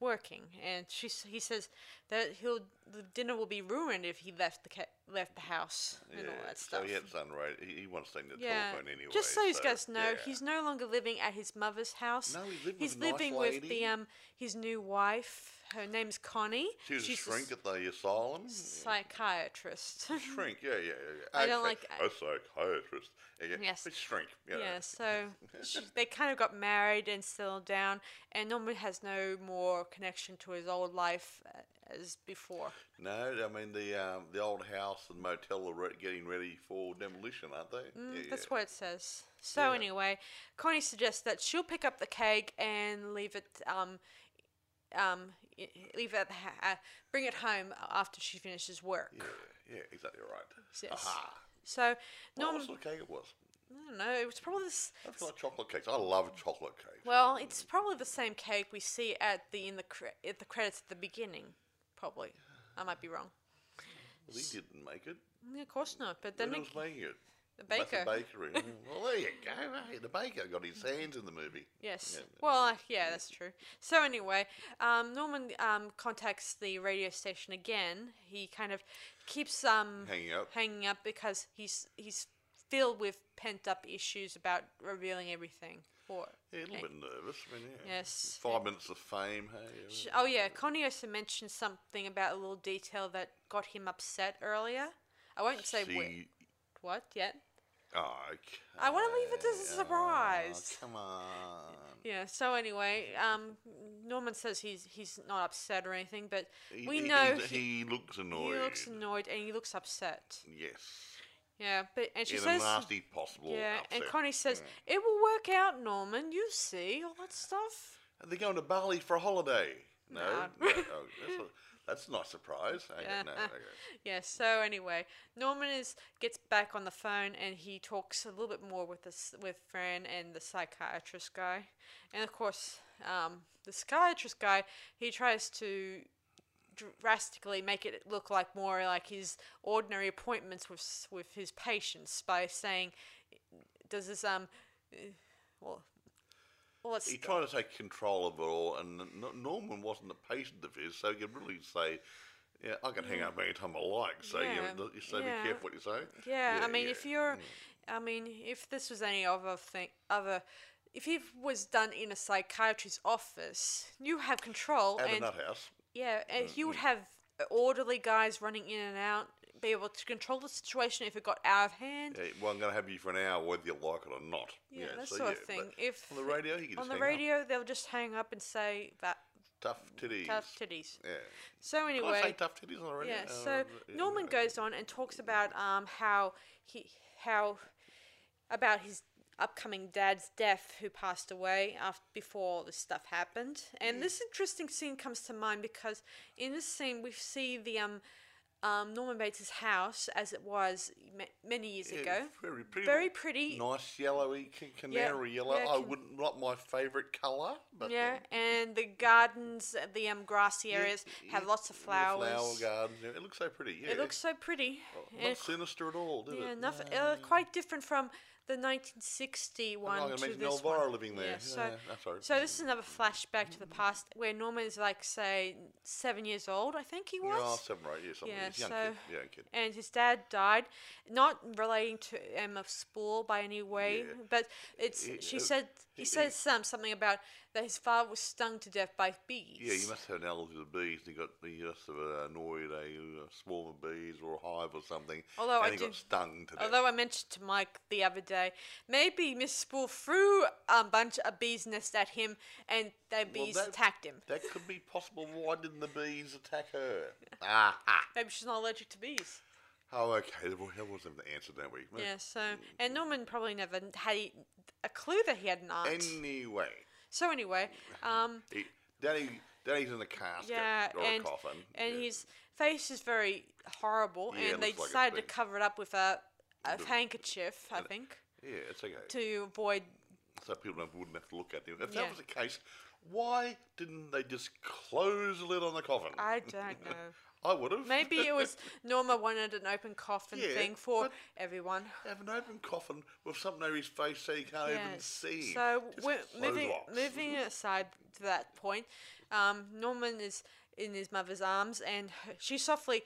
Speaker 1: working. And she s- he says that he'll the dinner will be ruined if he left the ca- left the house and all that stuff.
Speaker 2: So he had unrated. He, he wants them to
Speaker 1: yeah.
Speaker 2: telephone anyway.
Speaker 1: Just so you guys know,
Speaker 2: yeah.
Speaker 1: he's no longer living at his mother's house.
Speaker 2: No,
Speaker 1: he's
Speaker 2: he's living with a nice
Speaker 1: living with
Speaker 2: lady.
Speaker 1: the um his new wife. Her name's Connie.
Speaker 2: She was a
Speaker 1: She's a
Speaker 2: shrink
Speaker 1: s-
Speaker 2: at the asylum.
Speaker 1: psychiatrist.
Speaker 2: Shrink, yeah, yeah, yeah. yeah.
Speaker 1: I don't
Speaker 2: Okay,
Speaker 1: like-
Speaker 2: A psychiatrist. Yeah, yeah.
Speaker 1: Yes.
Speaker 2: But shrink. Yeah.
Speaker 1: Yeah, so she, they kind of got married and settled down, and Norman has no more connection to his old life uh, as before.
Speaker 2: No, I mean the um, the old house and motel are re- getting ready for demolition, aren't they? yeah,
Speaker 1: Mm, That's
Speaker 2: yeah.
Speaker 1: what it says. So
Speaker 2: Yeah.
Speaker 1: anyway, Connie suggests that she'll pick up the cake and leave it, um, um, i- leave it, at the ha- uh, bring it home after she finishes work.
Speaker 2: Yeah, yeah, exactly right.
Speaker 1: Yes.
Speaker 2: Aha.
Speaker 1: So
Speaker 2: Well,
Speaker 1: Norman,
Speaker 2: what sort of cake it was?
Speaker 1: I don't know. It was probably this.
Speaker 2: I feel like chocolate cakes. I love chocolate cakes.
Speaker 1: Well, it's probably the same cake we see at the in the cre- at the credits at the beginning, probably. I might be wrong.
Speaker 2: Well, he didn't make it.
Speaker 1: Yeah, of course not. But
Speaker 2: Who
Speaker 1: then
Speaker 2: was making it?
Speaker 1: the
Speaker 2: Must
Speaker 1: baker. Mm-hmm.
Speaker 2: have bakery. Mm, well, there you go. Hey, the baker got his hands in the movie.
Speaker 1: yes.
Speaker 2: Yeah.
Speaker 1: Well, uh, yeah, that's true. So anyway, um, Norman um, contacts the radio station again. He kind of keeps um,
Speaker 2: Hanging up.
Speaker 1: hanging up because he's he's filled with pent up issues about revealing everything. Or
Speaker 2: Yeah, a little
Speaker 1: eh,
Speaker 2: bit nervous. I mean, yeah.
Speaker 1: Yes.
Speaker 2: Five minutes of fame. Hey.
Speaker 1: Sh- Oh yeah, Connie also mentioned something about a little detail that got him upset earlier. I won't say
Speaker 2: she
Speaker 1: whi- what yet.
Speaker 2: Oh,
Speaker 1: I wanna leave it as a
Speaker 2: okay.
Speaker 1: surprise.
Speaker 2: Oh, come on.
Speaker 1: Yeah. So anyway, um, Norman says he's he's not upset or anything, but
Speaker 2: He-
Speaker 1: we
Speaker 2: he-
Speaker 1: know
Speaker 2: he's-
Speaker 1: he,
Speaker 2: he, looks
Speaker 1: he
Speaker 2: annoyed.
Speaker 1: looks annoyed and he looks upset.
Speaker 2: Yes.
Speaker 1: Yeah. But and she
Speaker 2: In
Speaker 1: says.
Speaker 2: a nasty possible
Speaker 1: yeah,
Speaker 2: upset.
Speaker 1: and Connie says it will work out, Norman. You see all that stuff.
Speaker 2: Are they going to Bali for a holiday? No.
Speaker 1: Nah.
Speaker 2: no. Oh, that's, a- that's not a surprise. Okay, no, okay.
Speaker 1: Yeah, so anyway, Norman is gets back on the phone and he talks a little bit more with this with Fran and the psychiatrist guy, and of course, um, the psychiatrist guy he tries to drastically make it look like more like his ordinary appointments with s- with his patients by saying, "Does this um, eh, well, well, let's
Speaker 2: He tried to take control of it all, and N- Norman wasn't a patient of his, so he could really say, "Yeah, I can hang up anytime I like." So
Speaker 1: Yeah,
Speaker 2: you, you say,
Speaker 1: yeah.
Speaker 2: "Be careful what you say."
Speaker 1: Yeah, I mean,
Speaker 2: yeah.
Speaker 1: if you're, I mean, if this was any other thing, other, if it was done in a psychiatrist's office, you have control,
Speaker 2: at a
Speaker 1: and
Speaker 2: nut house,
Speaker 1: yeah, and you would have orderly guys running in and out, be able to control the situation if it got out of hand.
Speaker 2: yeah, well, I'm going to have you for an hour, whether you like it or not.
Speaker 1: Yeah, that
Speaker 2: so,
Speaker 1: sort of
Speaker 2: but
Speaker 1: thing. If
Speaker 2: on the radio, you can
Speaker 1: on
Speaker 2: just
Speaker 1: the
Speaker 2: hang
Speaker 1: radio, they'll just hang up and say that
Speaker 2: up. tough titties.
Speaker 1: tough titties.
Speaker 2: Yeah.
Speaker 1: So
Speaker 2: Can
Speaker 1: anyway,
Speaker 2: I say tough titties on the radio?
Speaker 1: Yeah.
Speaker 2: Uh,
Speaker 1: So
Speaker 2: yeah,
Speaker 1: Norman
Speaker 2: no.
Speaker 1: goes on and talks about um how he how about his upcoming dad's death who passed away after before all this stuff happened.
Speaker 2: Mm.
Speaker 1: And this interesting scene comes to mind because in this scene we see the um um, Norman Bates' house as it was ma- many years
Speaker 2: Yeah,
Speaker 1: ago.
Speaker 2: Very pretty.
Speaker 1: Very pretty.
Speaker 2: Nice yellowy ca- canary yellow.
Speaker 1: yeah,
Speaker 2: I
Speaker 1: can-
Speaker 2: wouldn't not my favourite colour, but
Speaker 1: Yeah, and the gardens, uh, the um, grassy areas have
Speaker 2: yeah,
Speaker 1: lots of
Speaker 2: the flower
Speaker 1: flowers.
Speaker 2: gardens. yeah, It looks so pretty. Yeah. Oh,
Speaker 1: It looks so pretty.
Speaker 2: not
Speaker 1: and-
Speaker 2: sinister at all, did
Speaker 1: Yeah,
Speaker 2: it?
Speaker 1: nothing, uh, quite different from the 1960
Speaker 2: I
Speaker 1: one
Speaker 2: can
Speaker 1: to
Speaker 2: imagine
Speaker 1: this
Speaker 2: Elvira
Speaker 1: one.
Speaker 2: living there.
Speaker 1: Yeah, so,
Speaker 2: Yeah, that's right.
Speaker 1: so this is another flashback to the past where Norman is like, say, seven years old, I think he was.
Speaker 2: Oh, seven or eight years. Something.
Speaker 1: Yeah,
Speaker 2: He's a young
Speaker 1: so-
Speaker 2: kid. Young kid.
Speaker 1: And his dad died, not relating to Emma Spool by any way,
Speaker 2: Yeah.
Speaker 1: but it's
Speaker 2: He-
Speaker 1: she
Speaker 2: uh,
Speaker 1: said he,
Speaker 2: he-
Speaker 1: says um, something about that his father was stung to death by bees.
Speaker 2: Yeah, you must have an allergy to bees. and He got he must have annoyed a, uh swarm of bees or a hive or something.
Speaker 1: Although
Speaker 2: and
Speaker 1: I
Speaker 2: he
Speaker 1: do-
Speaker 2: got stung to death.
Speaker 1: Although I mentioned to Mike the other day, maybe Miss Spool threw a bunch of bees' nests at him and the bees
Speaker 2: that-
Speaker 1: attacked him.
Speaker 2: that could be possible. Why didn't the bees attack her? ah, ah.
Speaker 1: Maybe she's not allergic to bees.
Speaker 2: Oh, okay. Well, that wasn't the answer, don't we?
Speaker 1: Yeah, so. And Norman probably never had e, a clue that he had an aunt.
Speaker 2: Anyway,
Speaker 1: so, anyway, um,
Speaker 2: he, Danny, Danny's in the casket
Speaker 1: yeah,
Speaker 2: or
Speaker 1: and,
Speaker 2: a coffin.
Speaker 1: and
Speaker 2: yeah.
Speaker 1: his face is very horrible,
Speaker 2: Yeah, it
Speaker 1: and they
Speaker 2: looks like it's
Speaker 1: decided to
Speaker 2: been-
Speaker 1: cover it up with a, a
Speaker 2: The-
Speaker 1: handkerchief, I think,
Speaker 2: yeah, it's okay.
Speaker 1: to avoid.
Speaker 2: so people don't- wouldn't have to look at him. If
Speaker 1: Yeah.
Speaker 2: that was the case, why didn't they just close the lid on the coffin?
Speaker 1: I don't know.
Speaker 2: I would have.
Speaker 1: Maybe it was Norma wanted an open coffin
Speaker 2: Yeah,
Speaker 1: thing for
Speaker 2: but-
Speaker 1: everyone.
Speaker 2: have an open coffin with something over his face so you can't even
Speaker 1: Yes.
Speaker 2: see.
Speaker 1: So
Speaker 2: Just
Speaker 1: we're
Speaker 2: close
Speaker 1: moving
Speaker 2: locks.
Speaker 1: moving aside to that point. Um, Norman is in his mother's arms, and her, she softly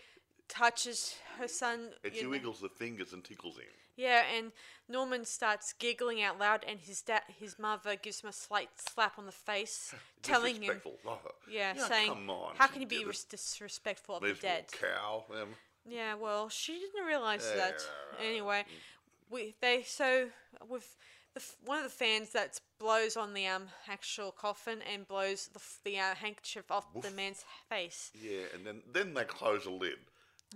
Speaker 1: touches her son.
Speaker 2: And
Speaker 1: you
Speaker 2: she
Speaker 1: know-
Speaker 2: wiggles the fingers and tickles him.
Speaker 1: Yeah, and Norman starts giggling out loud, and his dad, his mother, gives him a slight slap on the face, telling him,
Speaker 2: Disrespectful. Oh,
Speaker 1: yeah, saying,
Speaker 2: come on,
Speaker 1: "How
Speaker 2: she
Speaker 1: can you be
Speaker 2: did
Speaker 1: res- disrespectful of
Speaker 2: this
Speaker 1: the
Speaker 2: little
Speaker 1: dead?"
Speaker 2: cow?" Um,
Speaker 1: Yeah, well, she didn't realize that.
Speaker 2: Yeah. Mm.
Speaker 1: Anyway, we they so with the f- one of the fans that blows on the um actual coffin and blows the f- the uh, handkerchief off the man's face.
Speaker 2: yeah, and then then they close the lid.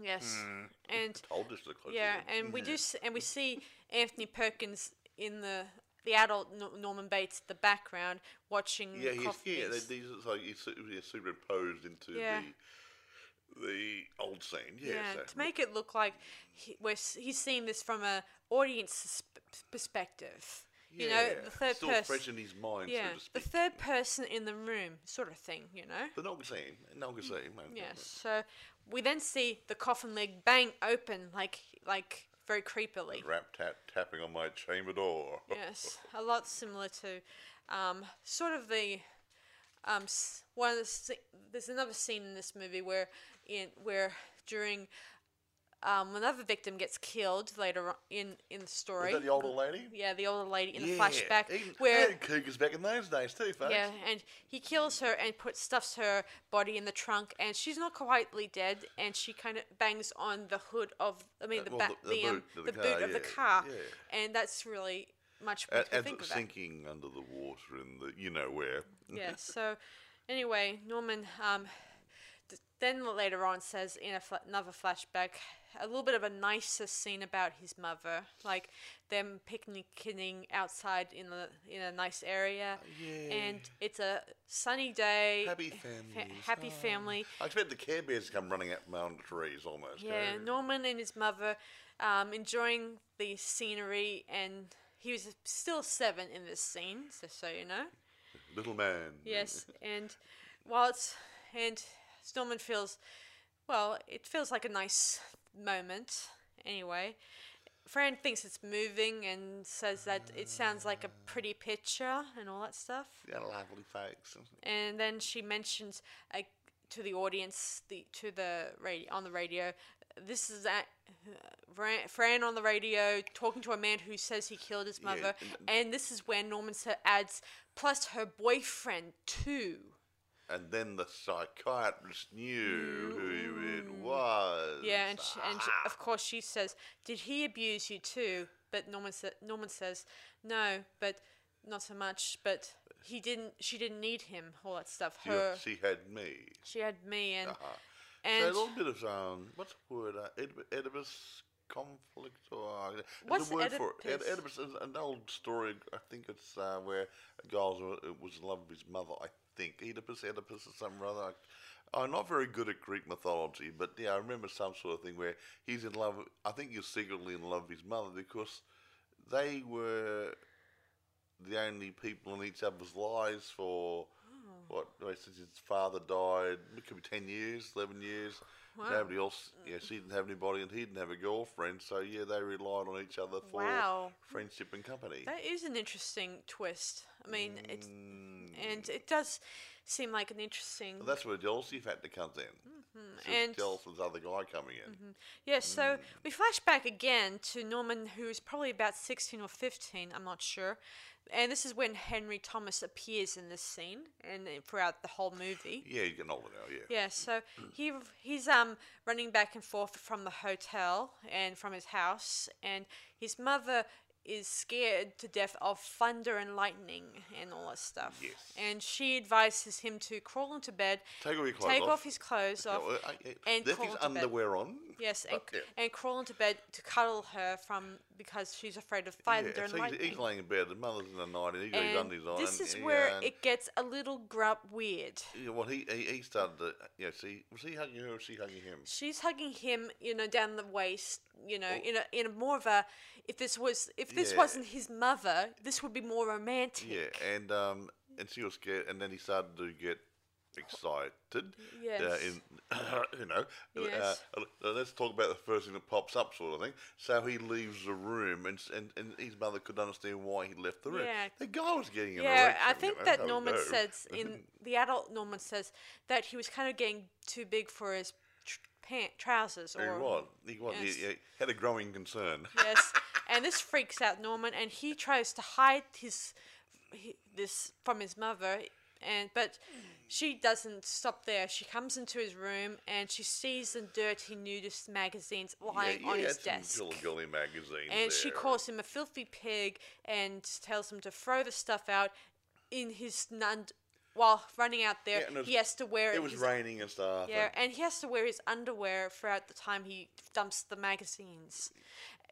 Speaker 1: Yes,
Speaker 2: Mm.
Speaker 1: and
Speaker 2: Told us to close.
Speaker 1: yeah,
Speaker 2: the lid.
Speaker 1: and we do s- and we see Anthony Perkins in the the adult Nor- Norman Bates at the background watching.
Speaker 2: Yeah,
Speaker 1: the
Speaker 2: he's,
Speaker 1: coffin
Speaker 2: yeah. They,
Speaker 1: piece.
Speaker 2: these are like he's, su- he's superimposed into
Speaker 1: Yeah.
Speaker 2: the the old scene. Yeah,
Speaker 1: Yeah,
Speaker 2: so-
Speaker 1: to make it look like he, we're, s- he's seeing this from a audience s- perspective. You know, the
Speaker 2: yeah,
Speaker 1: third
Speaker 2: still
Speaker 1: person.
Speaker 2: fresh in his mind,
Speaker 1: Yeah,
Speaker 2: so to
Speaker 1: the
Speaker 2: speak.
Speaker 1: third person in the room, sort of thing. You know.
Speaker 2: But not the same. Not
Speaker 1: Mm,
Speaker 2: the same. man.
Speaker 1: Yes. So we then see the coffin lid bang open, like like very creepily.
Speaker 2: Rap tat tapping on my chamber door.
Speaker 1: Yes, a lot similar to, um, sort of the, um, s- one of the, sce- there's another scene in this movie where, in where during, um, another victim gets killed later on in in the story.
Speaker 2: Is that the older lady?
Speaker 1: yeah, the older lady in
Speaker 2: yeah.
Speaker 1: the flashback
Speaker 2: Even,
Speaker 1: where
Speaker 2: they had cougars back in those days too, folks.
Speaker 1: yeah, and he kills her and put stuffs her body in the trunk, and she's not quietly dead, and she kind of bangs on the hood of, I mean,
Speaker 2: Uh,
Speaker 1: the
Speaker 2: well,
Speaker 1: back,
Speaker 2: the-
Speaker 1: the,
Speaker 2: the
Speaker 1: um,
Speaker 2: boot of
Speaker 1: the
Speaker 2: the
Speaker 1: boot
Speaker 2: car,
Speaker 1: of the
Speaker 2: yeah,
Speaker 1: car,
Speaker 2: yeah.
Speaker 1: and that's really much more
Speaker 2: A-
Speaker 1: to
Speaker 2: As
Speaker 1: think
Speaker 2: it's
Speaker 1: about.
Speaker 2: sinking under the water in the you know where.
Speaker 1: Yeah. So, anyway, Norman um, d- then later on says in a fla- another flashback a little bit of a nicer scene about his mother, like them picnicking outside in the in a nice area, and it's a sunny day.
Speaker 2: Oh, Happy
Speaker 1: fa-
Speaker 2: families.
Speaker 1: happy
Speaker 2: Oh.
Speaker 1: family.
Speaker 2: I expect the Care Bears to come running up mountain trees almost.
Speaker 1: Yeah,
Speaker 2: Go.
Speaker 1: Norman and his mother um, enjoying the scenery, and he was still seven in this scene, so, so you know.
Speaker 2: Little man.
Speaker 1: Yes, and while it's and Stillman feels well, it feels like a nice moment anyway. Fran thinks it's moving and says that it sounds like a pretty picture and all that stuff.
Speaker 2: Yeah, lovely folks.
Speaker 1: And then she mentions uh, to the audience, the to the radio on the radio, this is at, Fran, Fran on the radio talking to a man who says he killed his mother, and this is where Norman sa- adds plus her boyfriend too.
Speaker 2: And then the psychiatrist knew who it was.
Speaker 1: Yeah, and, she, and she, of course she says, "Did he abuse you too?" But Norman sa- Norman says, "No, but not so much. But he didn't. She didn't need him. All that stuff.
Speaker 2: You know,
Speaker 1: Her.
Speaker 2: She had me.
Speaker 1: She had me and
Speaker 2: so a
Speaker 1: and."
Speaker 2: little bit of um, what's the word? Uh, Oedip- Oedipus conflict or uh, there's
Speaker 1: What's
Speaker 2: a word for it?
Speaker 1: Oedipus?
Speaker 2: Oed- Oedipus is an old story. I think it's uh, where a guy was, uh, was in love with his mother. I think Oedipus, Oedipus, or something rather. I, I'm not very good at Greek mythology, but yeah, I remember some sort of thing where he's in love. I think he's secretly in love with his mother because they were the only people in each other's lives for
Speaker 1: Oh.
Speaker 2: what well, since his father died. It could be ten years, eleven years. Nobody else. Yeah, she didn't have anybody, and he didn't have a girlfriend. So yeah, they relied on each other for
Speaker 1: Wow.
Speaker 2: friendship and company.
Speaker 1: That is an interesting twist. I mean, it's and it does seem like an interesting.
Speaker 2: Well, that's where jealousy factor comes in. Mm-hmm.
Speaker 1: and- Mm-hmm.
Speaker 2: jealous of this other guy coming in.
Speaker 1: yeah, so we flash back again to Norman, who is probably about 16 or 15, I'm not sure. And this is when Henry Thomas appears in this scene and uh, throughout the whole movie.
Speaker 2: Yeah, he's getting older now. Yeah.
Speaker 1: Yeah, so he he's um running back and forth from the hotel and from his house, and his mother is scared to death of thunder and lightning and all that stuff.
Speaker 2: Yes.
Speaker 1: And she advises him to crawl into bed,
Speaker 2: Take all your clothes
Speaker 1: take
Speaker 2: off.
Speaker 1: off his clothes
Speaker 2: Yeah,
Speaker 1: off,
Speaker 2: well, I- yeah,
Speaker 1: and
Speaker 2: left
Speaker 1: crawl
Speaker 2: his
Speaker 1: into bed.
Speaker 2: underwear on.
Speaker 1: Yes, and,
Speaker 2: But, yeah.
Speaker 1: and crawl into bed to cuddle her from because she's afraid of thunder
Speaker 2: yeah,
Speaker 1: and
Speaker 2: so he's,
Speaker 1: lightning.
Speaker 2: he's laying in bed. His mother's in the night, and he's got his
Speaker 1: and
Speaker 2: undies on.
Speaker 1: this is
Speaker 2: and-
Speaker 1: where
Speaker 2: and-
Speaker 1: it gets a little grub weird.
Speaker 2: Yeah, well, he, he he started to yeah. See, was he hugging her or was she hugging him?
Speaker 1: She's hugging him, you know, down the waist, you know, in a in a more of a if this was if this
Speaker 2: Oh. Yeah.
Speaker 1: wasn't his mother, this would be more romantic.
Speaker 2: Yeah, and um, and she was scared, and then he started to get excited.
Speaker 1: Yes.
Speaker 2: Uh, in you know,
Speaker 1: Yes.
Speaker 2: uh, uh, let's talk about the first thing that pops up, sort of thing. So he leaves the room, and s- and, and his mother couldn't understand why he left the room.
Speaker 1: Yeah.
Speaker 2: The guy was getting an
Speaker 1: Yeah,
Speaker 2: erection,
Speaker 1: I
Speaker 2: you
Speaker 1: think
Speaker 2: know,
Speaker 1: that
Speaker 2: oh
Speaker 1: Norman
Speaker 2: no.
Speaker 1: says in the adult Norman says that he was kind of getting too big for his tr- pant trousers or
Speaker 2: He was. He was.
Speaker 1: Yes.
Speaker 2: He, he had a growing concern.
Speaker 1: Yes, and this freaks out Norman, and he tries to hide his, he this from his mother, and but she doesn't stop there. She comes into his room and she sees the dirty nudist magazines lying on
Speaker 2: yeah,
Speaker 1: his
Speaker 2: some
Speaker 1: desk.
Speaker 2: Gilly magazine.
Speaker 1: And she
Speaker 2: there.
Speaker 1: calls him a filthy pig and tells him to throw the stuff out in his nun. While running out there,
Speaker 2: Yeah, and it was-
Speaker 1: he has to wear
Speaker 2: It was
Speaker 1: his-
Speaker 2: raining and stuff.
Speaker 1: yeah,
Speaker 2: and-
Speaker 1: and he has to wear his underwear throughout the time he dumps the magazines,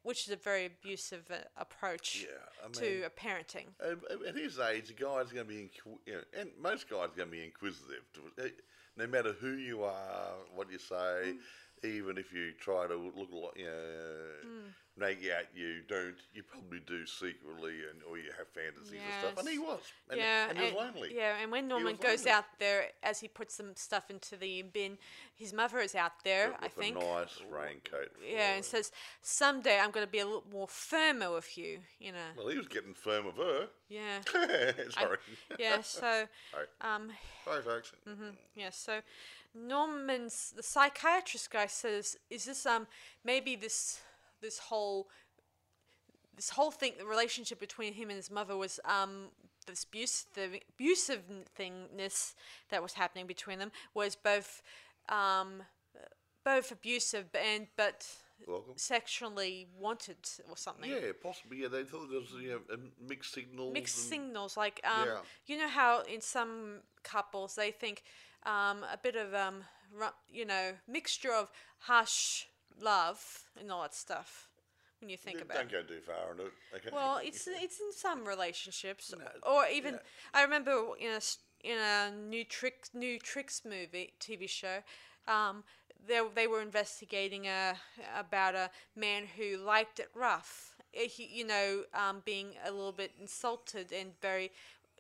Speaker 1: which is a very abusive uh, approach
Speaker 2: Yeah, I
Speaker 1: to uh, parenting.
Speaker 2: Um, at his age, a guy's going to be, inqu- you know, and most guys are going to be inquisitive. to- eh, No matter who you
Speaker 1: Mm.
Speaker 2: are, what you say, even if you try to look like, you know, nag at you, don't you probably do secretly, and or you have fantasies and stuff. And he
Speaker 1: Yes.
Speaker 2: was, and,
Speaker 1: yeah,
Speaker 2: and he was lonely.
Speaker 1: Yeah, and when Norman
Speaker 2: was
Speaker 1: goes
Speaker 2: lonely.
Speaker 1: out there, as he puts some stuff into the bin, his mother is out there,
Speaker 2: With
Speaker 1: I think.
Speaker 2: a nice raincoat.
Speaker 1: yeah, and says, "Someday I'm going to be a little more firmer with you," you know.
Speaker 2: Well, he was getting firm with her.
Speaker 1: Yeah,
Speaker 2: Sorry.
Speaker 1: yeah. So,
Speaker 2: Sorry.
Speaker 1: um,
Speaker 2: Sorry, folks.
Speaker 1: yeah. So, Norman's the psychiatrist guy says, "Is this um maybe this this whole this whole thing, the relationship between him and his mother was um this abuse, the abusive thingness that was happening between them was both um both abusive and but."
Speaker 2: Welcome.
Speaker 1: sexually wanted or something
Speaker 2: Yeah, possibly. Yeah, they thought there was you know, a mixed signals.
Speaker 1: mixed
Speaker 2: and-
Speaker 1: signals. Like, um,
Speaker 2: Yeah.
Speaker 1: you know how in some couples they think um, a bit of um, ru- you know, mixture of harsh love and all that stuff. When you think
Speaker 2: Yeah,
Speaker 1: about
Speaker 2: Don't
Speaker 1: it.
Speaker 2: go too far on it. Okay.
Speaker 1: Well, it's it's in some relationships,
Speaker 2: No,
Speaker 1: or even
Speaker 2: yeah.
Speaker 1: I remember in a s- in a new trick new tricks movie TV show, um, they they were investigating a about a man who liked it rough, Eh, he, you know, um, being a little bit insulted and very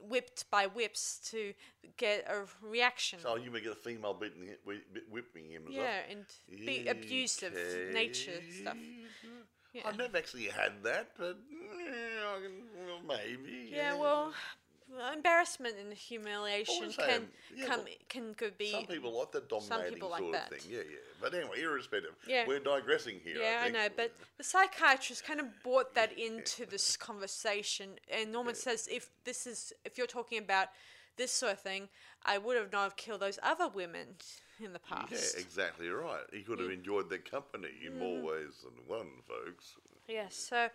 Speaker 1: whipped by whips to get a reaction.
Speaker 2: So you may get a female beating, hi- wi- bi- whipping him. As
Speaker 1: yeah, and be abusive
Speaker 2: Okay.
Speaker 1: nature stuff. Yeah.
Speaker 2: I've never actually had that, but yeah, I can, well, maybe.
Speaker 1: Yeah, well, embarrassment and humiliation
Speaker 2: say,
Speaker 1: can
Speaker 2: um, yeah,
Speaker 1: come
Speaker 2: well,
Speaker 1: can could be.
Speaker 2: Some people like that dominating
Speaker 1: people like
Speaker 2: sort
Speaker 1: that.
Speaker 2: of thing. Yeah, yeah. But anyway, irrespective,
Speaker 1: Yeah.
Speaker 2: we're digressing here.
Speaker 1: yeah, I,
Speaker 2: think.
Speaker 1: know, but the psychiatrist kind of brought that into this conversation, and Norman says, if this is if you're talking about this sort of thing, I would have not have killed those other women in the past. Mm.
Speaker 2: Yeah, exactly right. He could have enjoyed their company in more ways than one, folks.
Speaker 1: Yes. So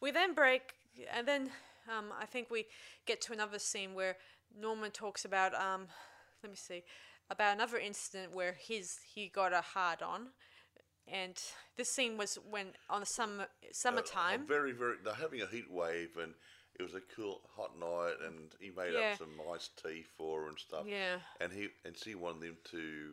Speaker 1: we then break, and then um, I think we get to another scene where Norman talks about. Um, let me see, about another incident where his he got a hard on, and this scene was when on the summer
Speaker 2: A
Speaker 1: summertime.
Speaker 2: very, very. They're having Oh, a heat wave, and it was a cool, hot night, and he made
Speaker 1: Yeah.
Speaker 2: up some iced tea for her and stuff.
Speaker 1: Yeah.
Speaker 2: And he and she wanted him to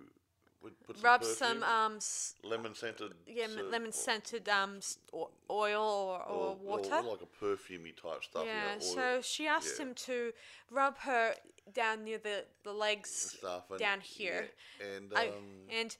Speaker 2: put, put some
Speaker 1: Rub some
Speaker 2: perfume,
Speaker 1: um s-
Speaker 2: lemon scented.
Speaker 1: yeah m- lemon scented um s- o- oil or, or, water.
Speaker 2: like Oh, a perfumey type stuff. you know,
Speaker 1: yeah,
Speaker 2: oil
Speaker 1: so she asked
Speaker 2: yeah.
Speaker 1: him to rub her down near the, the legs
Speaker 2: stuff and,
Speaker 1: down
Speaker 2: yeah,
Speaker 1: here.
Speaker 2: and um,
Speaker 1: I- and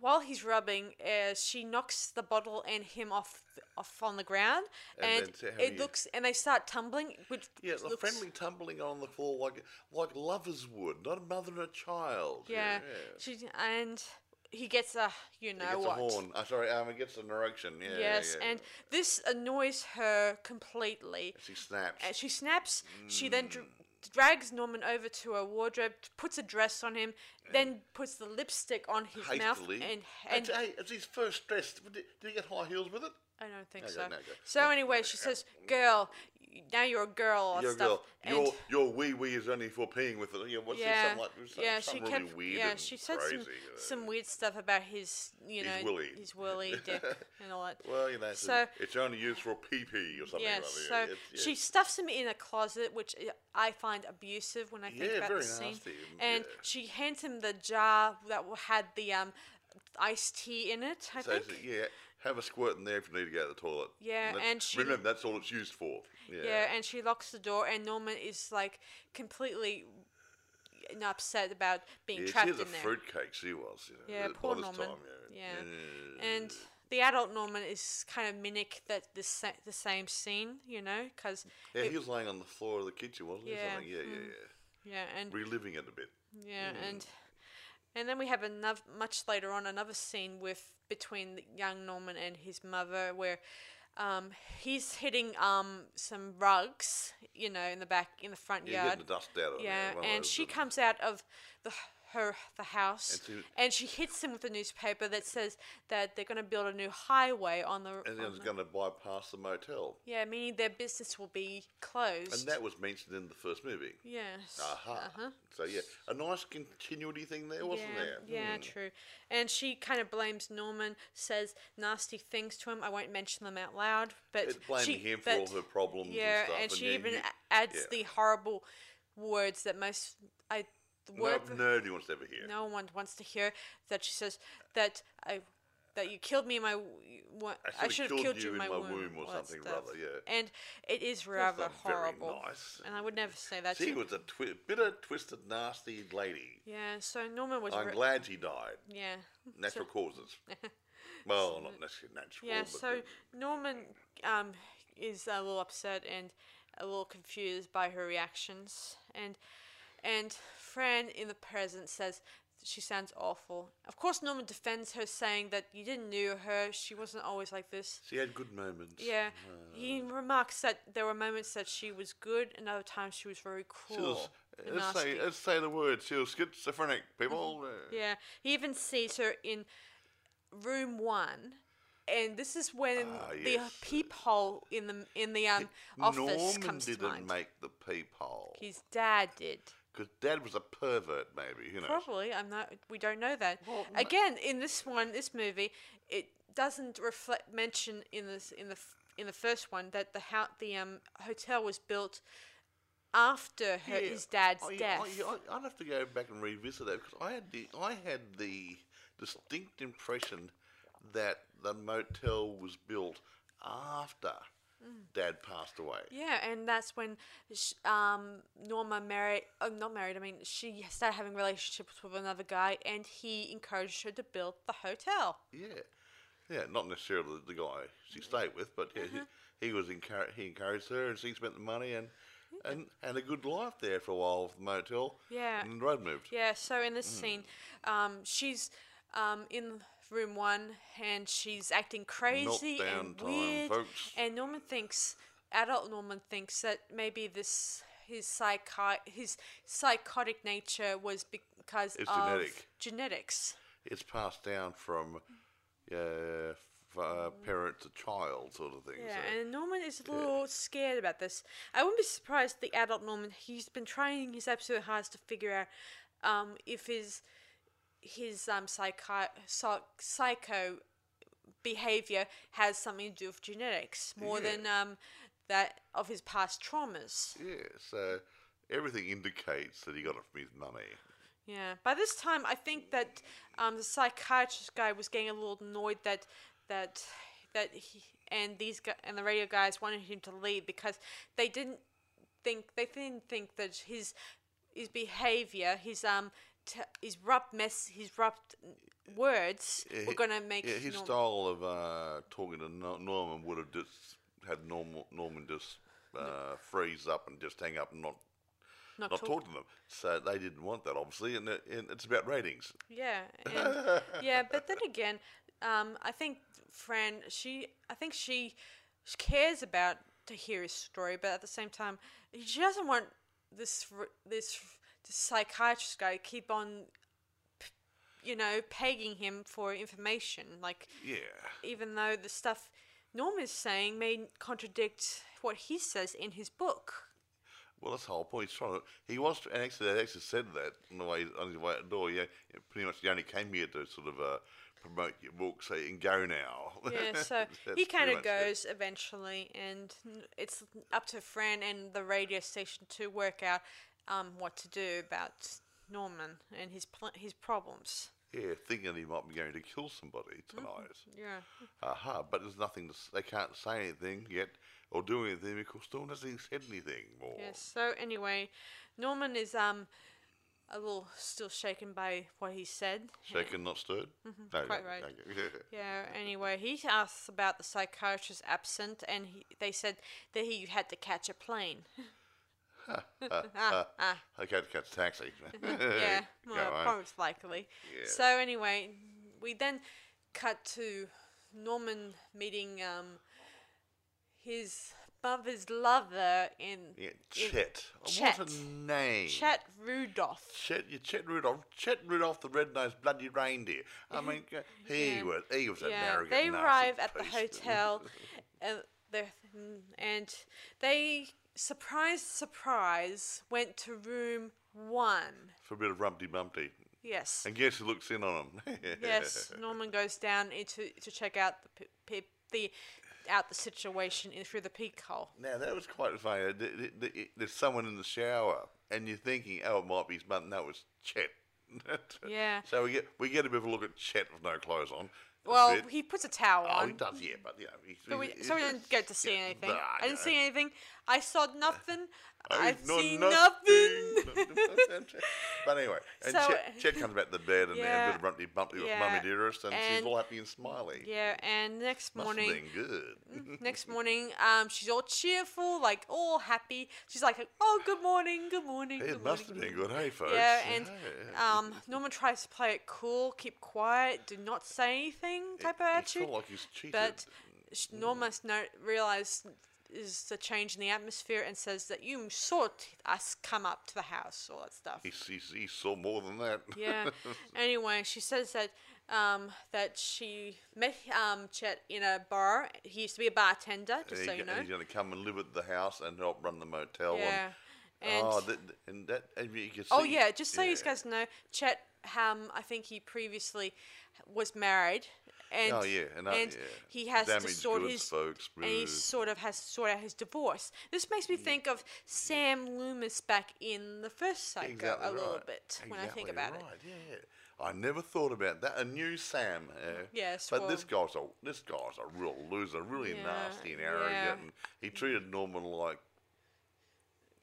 Speaker 1: while he's rubbing, uh, she knocks the bottle and him off off on the ground,
Speaker 2: And
Speaker 1: and,
Speaker 2: then to have
Speaker 1: it
Speaker 2: you-
Speaker 1: looks and they start tumbling, which
Speaker 2: yeah, it's a
Speaker 1: looks-
Speaker 2: friendly tumbling on the floor like like lovers would, not a mother and a child.
Speaker 1: Yeah, she and he gets a you know
Speaker 2: He gets
Speaker 1: what?
Speaker 2: a horn. Oh, sorry, um, he gets an erection. Yeah, yeah,
Speaker 1: yes,
Speaker 2: yeah.
Speaker 1: and this annoys her completely.
Speaker 2: she snaps.
Speaker 1: And she snaps. She then dr-
Speaker 2: Mm.
Speaker 1: drags Norman over to her wardrobe, puts a dress on him, then puts the lipstick on his
Speaker 2: hastily.
Speaker 1: mouth, and and
Speaker 2: it's, hey, it's his first dress. Did did he get high heels with it?
Speaker 1: I don't think
Speaker 2: Okay,
Speaker 1: so.
Speaker 2: no, go.
Speaker 1: So
Speaker 2: No,
Speaker 1: anyway, she says, "Girl, y- now you're a girl or
Speaker 2: Your
Speaker 1: stuff."
Speaker 2: girl,
Speaker 1: and
Speaker 2: your your wee wee is only for peeing with it. Yeah, what's
Speaker 1: yeah,
Speaker 2: this? Some like, some,
Speaker 1: yeah,
Speaker 2: some
Speaker 1: she
Speaker 2: really
Speaker 1: kept,
Speaker 2: weird
Speaker 1: yeah,
Speaker 2: and
Speaker 1: she said
Speaker 2: crazy.
Speaker 1: some,
Speaker 2: you know.
Speaker 1: some weird stuff about his, you know,
Speaker 2: His willy.
Speaker 1: his willy dick and all that.
Speaker 2: Well, you know, it's,
Speaker 1: so
Speaker 2: it's only used for pee pee or something.
Speaker 1: yeah,
Speaker 2: like that.
Speaker 1: so
Speaker 2: it's, yeah.
Speaker 1: she stuffs him in a closet, which I- I find abusive when I think
Speaker 2: Yeah,
Speaker 1: about
Speaker 2: very
Speaker 1: the scene.
Speaker 2: nasty, um,
Speaker 1: And
Speaker 2: yeah.
Speaker 1: she hands him the jar that w- had the um, iced tea in it. I
Speaker 2: So
Speaker 1: think.
Speaker 2: it's- yeah, have a squirt in there if you need to go to the toilet.
Speaker 1: Yeah,
Speaker 2: that's-
Speaker 1: and she-
Speaker 2: remember that's all it's used for. Yeah,
Speaker 1: Yeah, and she locks the door, and Norman is like completely n- upset about being
Speaker 2: yeah
Speaker 1: trapped
Speaker 2: she was a
Speaker 1: in there.
Speaker 2: fruitcake. She was. You know,
Speaker 1: yeah,
Speaker 2: by
Speaker 1: poor
Speaker 2: this
Speaker 1: Norman.
Speaker 2: Time,
Speaker 1: yeah.
Speaker 2: yeah.
Speaker 1: and the adult Norman is kind of mimic that the sa- the same scene, you know, because
Speaker 2: yeah, he was laying on the floor of the kitchen, wasn't he? or
Speaker 1: Yeah, hmm.
Speaker 2: Something. Yeah, yeah, yeah.
Speaker 1: yeah, and
Speaker 2: reliving it a bit.
Speaker 1: yeah, and and then we have another much later on another scene with between the young Norman and his mother where. Um, he's hitting um some rugs, you know, in the back in the front
Speaker 2: Yeah,
Speaker 1: yard.
Speaker 2: getting the dust out of it.
Speaker 1: Yeah,
Speaker 2: one of
Speaker 1: and
Speaker 2: those
Speaker 1: she
Speaker 2: that-
Speaker 1: comes out of the her the house,
Speaker 2: And
Speaker 1: and,
Speaker 2: she-
Speaker 1: she hits him with a newspaper that says that they're going to build a new highway on the.
Speaker 2: and
Speaker 1: on
Speaker 2: it was
Speaker 1: the-
Speaker 2: going to bypass the motel,
Speaker 1: yeah, meaning their business will be closed.
Speaker 2: and that was mentioned in the first movie.
Speaker 1: yes.
Speaker 2: Aha.
Speaker 1: Uh-huh.
Speaker 2: So yeah, a nice continuity thing there, wasn't
Speaker 1: yeah,
Speaker 2: there? Hmm.
Speaker 1: yeah, true. And she kind of blames Norman, says nasty things to him. I won't mention them out loud, but
Speaker 2: It's blaming
Speaker 1: she,
Speaker 2: him for
Speaker 1: but-
Speaker 2: all her problems.
Speaker 1: Yeah,
Speaker 2: and, stuff,
Speaker 1: she
Speaker 2: yeah,
Speaker 1: even
Speaker 2: you-
Speaker 1: a- adds
Speaker 2: yeah.
Speaker 1: the horrible words that most I the
Speaker 2: no
Speaker 1: word
Speaker 2: nerd wants to ever hear.
Speaker 1: no one wants to hear that she says that I that you killed me in my. w- Wa- I
Speaker 2: Actually
Speaker 1: should have
Speaker 2: killed
Speaker 1: killed
Speaker 2: you
Speaker 1: you in my womb,
Speaker 2: or something
Speaker 1: stuff.
Speaker 2: rather, yeah.
Speaker 1: And it is
Speaker 2: That's
Speaker 1: rather
Speaker 2: not
Speaker 1: horrible.
Speaker 2: Very nice.
Speaker 1: And I would never say that.
Speaker 2: She
Speaker 1: to-
Speaker 2: was a twi- bitter, twisted, nasty lady.
Speaker 1: yeah. So Norman was.
Speaker 2: I'm
Speaker 1: re-
Speaker 2: glad she died.
Speaker 1: yeah.
Speaker 2: Natural causes. Well, not necessarily natural.
Speaker 1: Yeah,
Speaker 2: but
Speaker 1: so Norman um, is a little upset and a little confused by her reactions, and and Fran in the present says she sounds awful. Of course, Norman defends her, saying that you didn't know her; she wasn't always like this.
Speaker 2: she had good moments.
Speaker 1: Yeah, he
Speaker 2: Uh,
Speaker 1: remarks that there were moments that she was good, and other times she was very
Speaker 2: She was, uh,
Speaker 1: cruel. and
Speaker 2: let's, say,
Speaker 1: nasty. Mm-hmm.
Speaker 2: let's say the word. She was schizophrenic, people. Uh,
Speaker 1: Yeah, he even sees her in room one, and this is when
Speaker 2: Ah,
Speaker 1: the
Speaker 2: yes.
Speaker 1: peephole in the in the um office
Speaker 2: Norman
Speaker 1: comes
Speaker 2: didn't
Speaker 1: to mind.
Speaker 2: make the peephole.
Speaker 1: His dad did.
Speaker 2: Because Dad was a pervert, maybe. Who knows?
Speaker 1: Probably, I'm not. We don't know that.
Speaker 2: Well, no-
Speaker 1: Again, in this one, this movie, it doesn't reflect mention in this in the f- in the first one that the how the um hotel was built after her,
Speaker 2: Yeah. oh,
Speaker 1: his dad's
Speaker 2: I,
Speaker 1: death.
Speaker 2: I, I, would have to go back and revisit that because I had the I had the distinct impression that the motel was built after
Speaker 1: Mm.
Speaker 2: Dad passed away.
Speaker 1: Yeah, and that's when sh um, Norma married, uh, not married, I mean, she started having relationships with another guy, and he encouraged her to build the hotel.
Speaker 2: Yeah, yeah, not necessarily the guy she stayed with, but yeah,
Speaker 1: Uh-huh.
Speaker 2: he, he was encouraged. He encouraged her, and she spent the money and. And and a good life there for a while with the motel.
Speaker 1: Yeah.
Speaker 2: And the road moved.
Speaker 1: Yeah, so in
Speaker 2: Mm.
Speaker 1: this scene, um, she's um, in room one, and she's acting crazy
Speaker 2: Meltdown
Speaker 1: and
Speaker 2: time,
Speaker 1: weird.
Speaker 2: folks.
Speaker 1: And Norman thinks, adult Norman thinks that maybe this his psychi- his psychotic nature was because
Speaker 2: It's
Speaker 1: of
Speaker 2: genetic.
Speaker 1: genetics.
Speaker 2: It's passed down from uh, f- uh, parent to child sort of thing.
Speaker 1: Mm-hmm. Yeah,
Speaker 2: so.
Speaker 1: and Norman is a little scared about this. I wouldn't be surprised the adult Norman. He's been trying his absolute hardest to figure out um, if his his um psychi- psych- psycho behavior has something to do with genetics more
Speaker 2: Yeah.
Speaker 1: than um, that of his past traumas.
Speaker 2: Yeah, so everything indicates that he got it from his mummy.
Speaker 1: Yeah. By this time, I think that um, the psychiatrist guy was getting a little annoyed that that that he and these gu- and the radio guys wanted him to leave because they didn't think they didn't think that his his behavior, his um, t- his rough mess, his rough words were gonna make
Speaker 2: yeah, his
Speaker 1: Norm-
Speaker 2: style of uh, talking to Nor- Norman would have just had normal Norman just uh, freeze up and just hang up and not
Speaker 1: not,
Speaker 2: not
Speaker 1: talk-
Speaker 2: talk to them. So they didn't want that, obviously, and, it, and it's about ratings.
Speaker 1: Yeah, and, yeah, but then again, um, I think Fran, she, I think she cares about to hear his story, but at the same time, she doesn't want this r- this, this psychiatrist guy to keep on, p- you know, pegging him for information. Like,
Speaker 2: Yeah,
Speaker 1: even though the stuff Norm is saying may contradict what he says in his book.
Speaker 2: well, that's the whole point. He's trying to, he was, and actually, they actually said that on the way on his way out the door. Yeah, pretty much, he only came here to sort of uh, promote your book, so you can go now.
Speaker 1: Yeah, so
Speaker 2: That's
Speaker 1: he
Speaker 2: pretty
Speaker 1: kind of
Speaker 2: much it.
Speaker 1: goes eventually, and n- it's up to Fran and the radio station to work out um, what to do about Norman and his pl- his problems.
Speaker 2: Yeah, thinking he might be going to kill somebody tonight.
Speaker 1: Yeah,
Speaker 2: Aha, but there's nothing, to, s- they can't say anything yet or do anything because Dawn hasn't said anything more.
Speaker 1: yeah. So anyway, Norman is um a little still shaken by what he said.
Speaker 2: Shaken, not stirred? No,
Speaker 1: Mm-hmm. quite right.
Speaker 2: okay.
Speaker 1: Yeah. Anyway, he asks about the psychiatrist absent, and he, they said that he had to catch a plane. Ah,
Speaker 2: I can't catch a taxi.
Speaker 1: yeah,
Speaker 2: Go
Speaker 1: well,
Speaker 2: on.
Speaker 1: probably likely.
Speaker 2: Yeah.
Speaker 1: So anyway, we then cut to Norman meeting um his mother's lover in
Speaker 2: Yeah,
Speaker 1: in-
Speaker 2: Chet.
Speaker 1: Chet.
Speaker 2: What a name.
Speaker 1: Chet Rudolph.
Speaker 2: Chet, yeah, Chet Rudolph. Chet Rudolph the red-nosed bloody reindeer. I mean, g- he
Speaker 1: Yeah.
Speaker 2: was, he was an
Speaker 1: yeah,
Speaker 2: arrogant
Speaker 1: they
Speaker 2: nasty
Speaker 1: arrive at the
Speaker 2: piece.
Speaker 1: hotel, and they're, and they surprise surprise went to room one.
Speaker 2: For a bit of rumpty bumpty.
Speaker 1: Yes.
Speaker 2: And guess who looks in on him?
Speaker 1: Yes, Norman goes down into to check out the pe- pe- the out the situation in, through the peak hole.
Speaker 2: Now that was quite funny. Uh, th- th- th- it- There's someone in the shower, and you're thinking, "Oh, it might be his mum." No, it's Chet.
Speaker 1: Yeah.
Speaker 2: so we get we get a bit of a look at Chet with no clothes on,
Speaker 1: Well,
Speaker 2: bit.
Speaker 1: he puts a towel
Speaker 2: Oh,
Speaker 1: on.
Speaker 2: he does, yeah, but yeah. He's,
Speaker 1: But we, so we didn't get to see anything.
Speaker 2: Nah,
Speaker 1: I didn't
Speaker 2: no.
Speaker 1: see anything. I saw nothing. I've
Speaker 2: no-
Speaker 1: seen nothing.
Speaker 2: but anyway, and
Speaker 1: So-
Speaker 2: Chet, Chet comes back to bed and,
Speaker 1: Yeah.
Speaker 2: and did a bumpy bumpy with
Speaker 1: Yeah.
Speaker 2: Mummy Dearest, and, she's
Speaker 1: And-
Speaker 2: all happy and smiley.
Speaker 1: Yeah, and next
Speaker 2: Must
Speaker 1: morning, Mm-hmm.
Speaker 2: have been good.
Speaker 1: next morning, um, she's all cheerful, like all happy. She's like, "Oh, good morning, good morning,
Speaker 2: it
Speaker 1: good
Speaker 2: must have
Speaker 1: morning."
Speaker 2: been good, hey, folks.
Speaker 1: Yeah, and
Speaker 2: Yeah.
Speaker 1: um, Norman tries to play it cool, keep quiet, do not say anything type of
Speaker 2: He
Speaker 1: attitude.
Speaker 2: felt like he's cheated.
Speaker 1: But sh- Norma's no realized is the change in the atmosphere and says that you saw t- us come up to the house, all that stuff.
Speaker 2: he, he, he saw more than that.
Speaker 1: yeah. Anyway, she says that um, that she met um, Chet in a bar. He used to be a bartender,
Speaker 2: And
Speaker 1: just so
Speaker 2: he-
Speaker 1: you know.
Speaker 2: He's going to come and live at the house and help run the motel.
Speaker 1: Yeah.
Speaker 2: And,
Speaker 1: And
Speaker 2: oh,
Speaker 1: oh,
Speaker 2: that, and that, and you can see.
Speaker 1: yeah, just so you
Speaker 2: yeah.
Speaker 1: guys know, Chet um, I think he previously was married, and
Speaker 2: Oh, yeah, and, uh, yeah.
Speaker 1: he has to
Speaker 2: Damaged
Speaker 1: sort
Speaker 2: goods,
Speaker 1: his
Speaker 2: folks.
Speaker 1: and he
Speaker 2: Boo.
Speaker 1: sort of has to sort out his divorce. This makes me think of Sam Loomis back in the first Psycho a little
Speaker 2: right.
Speaker 1: bit when I think
Speaker 2: Exactly
Speaker 1: about it.
Speaker 2: right, Yeah, I never thought about that. A new Sam. eh?
Speaker 1: Yes,
Speaker 2: but
Speaker 1: well-
Speaker 2: this guy's a this guy's a real loser, really
Speaker 1: Yeah,
Speaker 2: nasty and
Speaker 1: yeah.
Speaker 2: arrogant. And he treated Norman like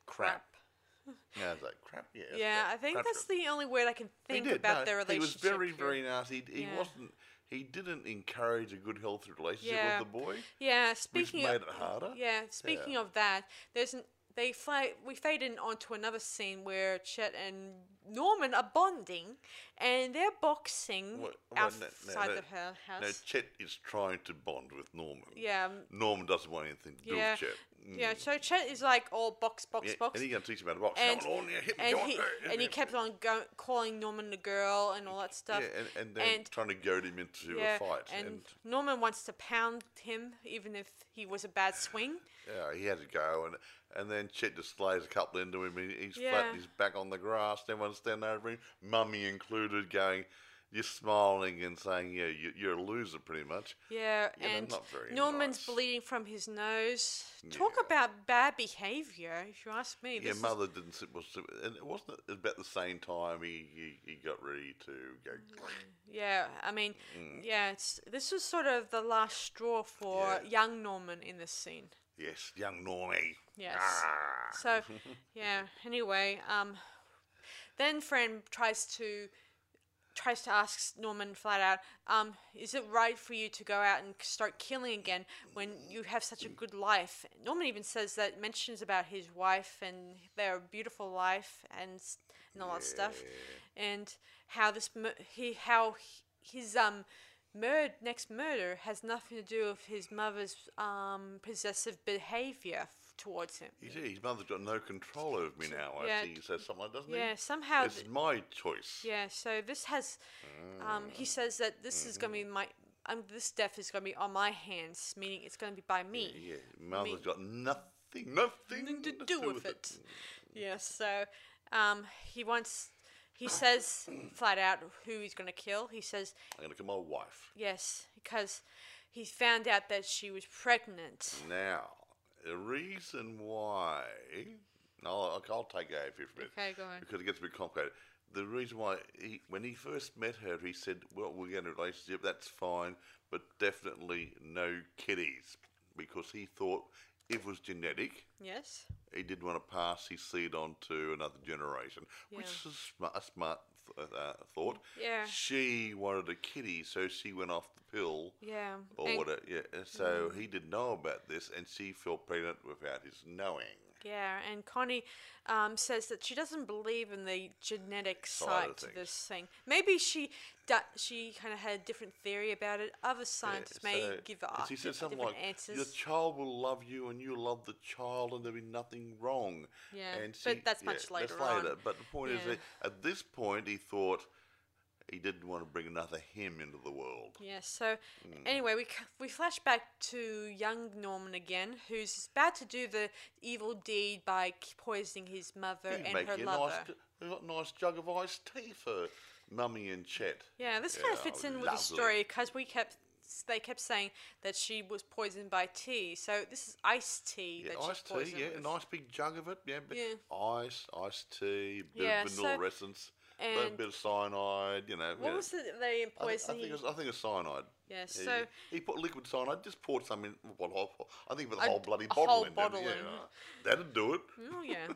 Speaker 2: crap. Yeah, it's like crap. Yeah, that's
Speaker 1: Yeah,
Speaker 2: crap,
Speaker 1: I think
Speaker 2: crap,
Speaker 1: that's
Speaker 2: crap.
Speaker 1: the only word I can
Speaker 2: He
Speaker 1: think
Speaker 2: did,
Speaker 1: about
Speaker 2: no,
Speaker 1: their relationship.
Speaker 2: He was very,
Speaker 1: here.
Speaker 2: very nasty. He, he
Speaker 1: Yeah.
Speaker 2: wasn't. He didn't encourage a good, healthy relationship
Speaker 1: Yeah.
Speaker 2: with the boy.
Speaker 1: Yeah, speaking
Speaker 2: made
Speaker 1: of,
Speaker 2: it harder.
Speaker 1: Yeah, speaking
Speaker 2: Yeah.
Speaker 1: of that, there's an, they fly, we fade in onto another scene where Chet and Norman are bonding, and they're boxing
Speaker 2: Well, well, no, no,
Speaker 1: outside
Speaker 2: no.
Speaker 1: the her house.
Speaker 2: Now Chet is trying to bond with Norman.
Speaker 1: yeah, um,
Speaker 2: Norman doesn't want anything to do
Speaker 1: yeah,
Speaker 2: with Chet.
Speaker 1: yeah. So Chet is like all box, box,
Speaker 2: mm. Yeah,
Speaker 1: box,
Speaker 2: And he can teach him how to box.
Speaker 1: and
Speaker 2: Come on, yeah, hit me,
Speaker 1: and
Speaker 2: go on,
Speaker 1: he
Speaker 2: eh,
Speaker 1: and he
Speaker 2: eh,
Speaker 1: kept on go, calling Norman the girl and all that stuff.
Speaker 2: Yeah, and, and then
Speaker 1: and-
Speaker 2: trying to goad him into
Speaker 1: Yeah,
Speaker 2: a fight.
Speaker 1: and,
Speaker 2: And,
Speaker 1: Norman wants to pound him, even if he was a bad swing.
Speaker 2: yeah, he had to go. And and then Chet just lays a couple into him. And he's
Speaker 1: Yeah.
Speaker 2: flat. He's back on the grass. Everyone's standing over him, mummy included, going, "You're smiling and saying, yeah, you, you're a loser, pretty much."
Speaker 1: Yeah,
Speaker 2: Yeah, they're
Speaker 1: and
Speaker 2: not very
Speaker 1: Norman's
Speaker 2: nice.
Speaker 1: bleeding from his nose. Talk
Speaker 2: Yeah.
Speaker 1: about bad behavior, if you ask me.
Speaker 2: yeah,
Speaker 1: This is-
Speaker 2: mother didn't sit. Was, and it wasn't it about the same time he, he, he got ready to go.
Speaker 1: Mm. yeah, I mean, yeah, it's this was sort of the last straw for
Speaker 2: Mm. Yeah.
Speaker 1: young Norman in this scene.
Speaker 2: Yes, young Normie.
Speaker 1: Yes.
Speaker 2: Ah.
Speaker 1: So, yeah. Anyway, um, then Fran tries to tries to ask Norman flat out, um, is it right for you to go out and start killing again when you have such a good life? Norman even says that mentions about his wife and their beautiful life and s- and all that stuff, and how this mur- he how he- his um. Murd next murder has nothing to do with his mother's um, possessive behaviously towards him.
Speaker 2: You see, his mother's got no control over me now.
Speaker 1: Yeah.
Speaker 2: I see. He says something, like, doesn't he?
Speaker 1: Yeah, somehow.
Speaker 2: It's
Speaker 1: th-
Speaker 2: my choice.
Speaker 1: yeah, so this has. Um, he says that this is going to be my. Um, this death is going to be on my hands, meaning it's going to be by me.
Speaker 2: Yeah, mother's got nothing, nothing
Speaker 1: Nothing to do with it. Yeah, so um, he wants. He says flat out who he's going to kill. He says
Speaker 2: I'm gonna kill my wife
Speaker 1: yes, because he found out that she was pregnant.
Speaker 2: now. The reason why, no, I'll, I'll take it over here for a minute.
Speaker 1: Okay, go on.
Speaker 2: Because it gets a bit complicated. The reason why he, when he first met her, he said, "Well, we're in a relationship. That's fine, but definitely no kiddies," because he thought it was genetic.
Speaker 1: Yes?
Speaker 2: he did want to pass his seed on to another generation, which
Speaker 1: Yeah.
Speaker 2: is a smart, a smart th- uh, thought.
Speaker 1: Yeah.
Speaker 2: She wanted a kitty, so she went off the pill
Speaker 1: Yeah.
Speaker 2: or
Speaker 1: and-
Speaker 2: whatever. Yeah. and So
Speaker 1: Mm.
Speaker 2: he didn't know about this, and she fell pregnant without his knowing.
Speaker 1: Yeah, and Connie um, says that she doesn't believe in the genetic
Speaker 2: Side
Speaker 1: side
Speaker 2: of
Speaker 1: to
Speaker 2: things.
Speaker 1: this thing. Maybe she da- she kind of had a different theory about it. Other scientists may
Speaker 2: So-
Speaker 1: give
Speaker 2: and
Speaker 1: up
Speaker 2: She said
Speaker 1: different
Speaker 2: something like, "Your
Speaker 1: answers.
Speaker 2: child will love you, and you love the child, and there'll be nothing wrong."
Speaker 1: Yeah,
Speaker 2: and
Speaker 1: but that's much later on.
Speaker 2: But the point is
Speaker 1: Yeah.
Speaker 2: that at this point, he thought he didn't want to bring another him into the world.
Speaker 1: Yeah. So
Speaker 2: mm.
Speaker 1: anyway, we c- we flash back to young Norman again, who's about to do the evil deed by k- poisoning his mother
Speaker 2: He'd
Speaker 1: and
Speaker 2: make
Speaker 1: her
Speaker 2: you
Speaker 1: lover.
Speaker 2: A nice, ju- they've got a nice jug of iced tea for Mummy and Chet.
Speaker 1: Yeah, this kind of
Speaker 2: Yeah,
Speaker 1: fits in with the
Speaker 2: lovely.
Speaker 1: story because we kept they kept saying that she was poisoned by tea. So this is iced tea
Speaker 2: Yeah,
Speaker 1: that she's
Speaker 2: iced tea,
Speaker 1: poisoned
Speaker 2: yeah, a
Speaker 1: with.
Speaker 2: nice big jug of it. Yeah, but
Speaker 1: Yeah.
Speaker 2: ice, iced tea, bit
Speaker 1: Yeah,
Speaker 2: of vanilla
Speaker 1: so-
Speaker 2: essence, a
Speaker 1: and-
Speaker 2: bit of cyanide, you know.
Speaker 1: What
Speaker 2: yeah.
Speaker 1: was it that they
Speaker 2: I, thi- I
Speaker 1: poisoned?
Speaker 2: think it's, I think it's cyanide.
Speaker 1: Yeah,
Speaker 2: He-
Speaker 1: so
Speaker 2: he, put liquid cyanide. Just poured some in. Well, whole- I think with a
Speaker 1: A-
Speaker 2: whole bloody
Speaker 1: a
Speaker 2: bottle
Speaker 1: whole
Speaker 2: in. didn't
Speaker 1: bottle
Speaker 2: he?
Speaker 1: in.
Speaker 2: Yeah, that'd do it.
Speaker 1: oh yeah,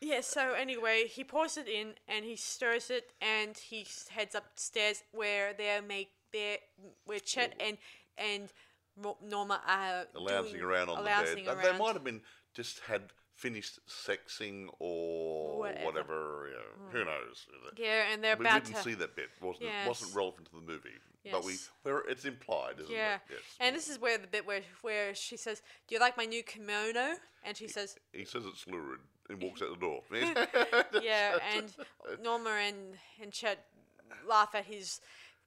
Speaker 1: yeah. So anyway, he pours it in and he stirs it and he s- heads upstairs where they make their where Chet and and Mo- Norma are
Speaker 2: The Lounging
Speaker 1: doing-
Speaker 2: around
Speaker 1: are
Speaker 2: on the
Speaker 1: lounging
Speaker 2: bed. They- They
Speaker 1: around.
Speaker 2: might have been just had finished sexing or
Speaker 1: Whatever.
Speaker 2: whatever. yeah. Who knows?
Speaker 1: Yeah, and they're
Speaker 2: we
Speaker 1: about
Speaker 2: didn't
Speaker 1: to.
Speaker 2: see that bit. wasn't
Speaker 1: Yes.
Speaker 2: It wasn't relevant to the movie, but we
Speaker 1: Yes.
Speaker 2: where it's implied, isn't
Speaker 1: yeah,
Speaker 2: it? Yes.
Speaker 1: and this is where the bit where where she says, "Do you like my new kimono?" And she says,
Speaker 2: he says it's lurid and walks out the door.
Speaker 1: yeah, and Norma and and Chet laugh at his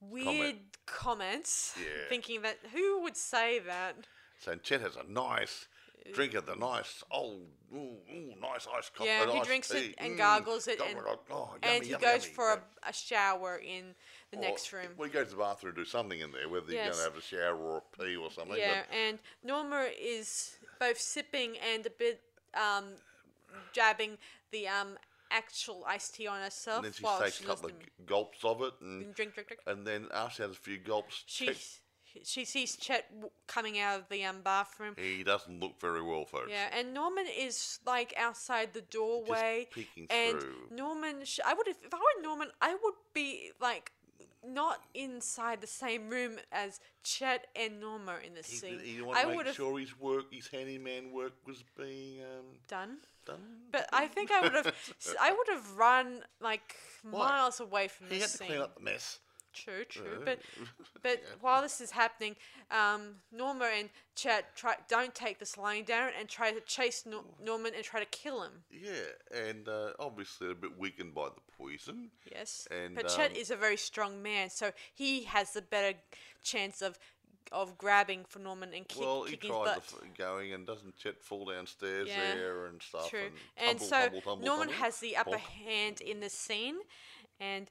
Speaker 1: weird comments,
Speaker 2: Yeah.
Speaker 1: thinking that who would say that?
Speaker 2: so Chet has a nice drink of the nice old, ooh, ooh nice ice coffee.
Speaker 1: Yeah, he
Speaker 2: nice
Speaker 1: drinks it
Speaker 2: tea, Mm,
Speaker 1: and gargles it and-
Speaker 2: gargle, oh,
Speaker 1: and
Speaker 2: yummy,
Speaker 1: he
Speaker 2: yummy,
Speaker 1: goes
Speaker 2: yummy,
Speaker 1: for
Speaker 2: yeah.
Speaker 1: a, a shower in the
Speaker 2: Or-
Speaker 1: next room.
Speaker 2: Well, he goes to the bathroom and do something in there,
Speaker 1: Yes.
Speaker 2: whether you're going to have a shower or a pee or something.
Speaker 1: yeah,
Speaker 2: But
Speaker 1: and Norma is both sipping and a bit um, jabbing the um, actual iced tea on herself
Speaker 2: and then she
Speaker 1: while
Speaker 2: takes
Speaker 1: she
Speaker 2: a
Speaker 1: listens
Speaker 2: couple of gulps of it, and,
Speaker 1: and drink, drink, drink.
Speaker 2: and then after she has a few gulps,
Speaker 1: She
Speaker 2: Chet-
Speaker 1: she sees Chet w- coming out of the um, bathroom.
Speaker 2: he doesn't look very well, folks.
Speaker 1: Yeah, and Norman is like outside the doorway,
Speaker 2: peeking
Speaker 1: and
Speaker 2: through.
Speaker 1: Norman, sh- I would have, if I were Norman, I would be like not inside the same room as Chet and Norma in this
Speaker 2: He,
Speaker 1: scene.
Speaker 2: he wanted
Speaker 1: I
Speaker 2: to
Speaker 1: would
Speaker 2: make
Speaker 1: have
Speaker 2: sure his work, his handyman work, was being um,
Speaker 1: done,
Speaker 2: done.
Speaker 1: but I think I would have, I would have run like miles away from
Speaker 2: He
Speaker 1: this
Speaker 2: had to
Speaker 1: scene.
Speaker 2: clean up the mess.
Speaker 1: True, true.
Speaker 2: Uh,
Speaker 1: But but while this is happening, um, Norma and Chet try don't take this lying down and try to chase Nor-
Speaker 2: Oh.
Speaker 1: Norman and try to kill him.
Speaker 2: Yeah, and uh, obviously a bit weakened by the poison.
Speaker 1: Yes.
Speaker 2: And,
Speaker 1: but Chet
Speaker 2: um,
Speaker 1: is a very strong man, so he has the better chance of of grabbing for Norman and kick,
Speaker 2: well, he
Speaker 1: kicking his butt.
Speaker 2: tried the f- going, and doesn't Chet fall downstairs
Speaker 1: Yeah,
Speaker 2: there and stuff?
Speaker 1: True. And,
Speaker 2: And, tumble,
Speaker 1: so
Speaker 2: tumble, tumble,
Speaker 1: Norman
Speaker 2: tumble.
Speaker 1: has the upper
Speaker 2: Bonk.
Speaker 1: hand in this scene, and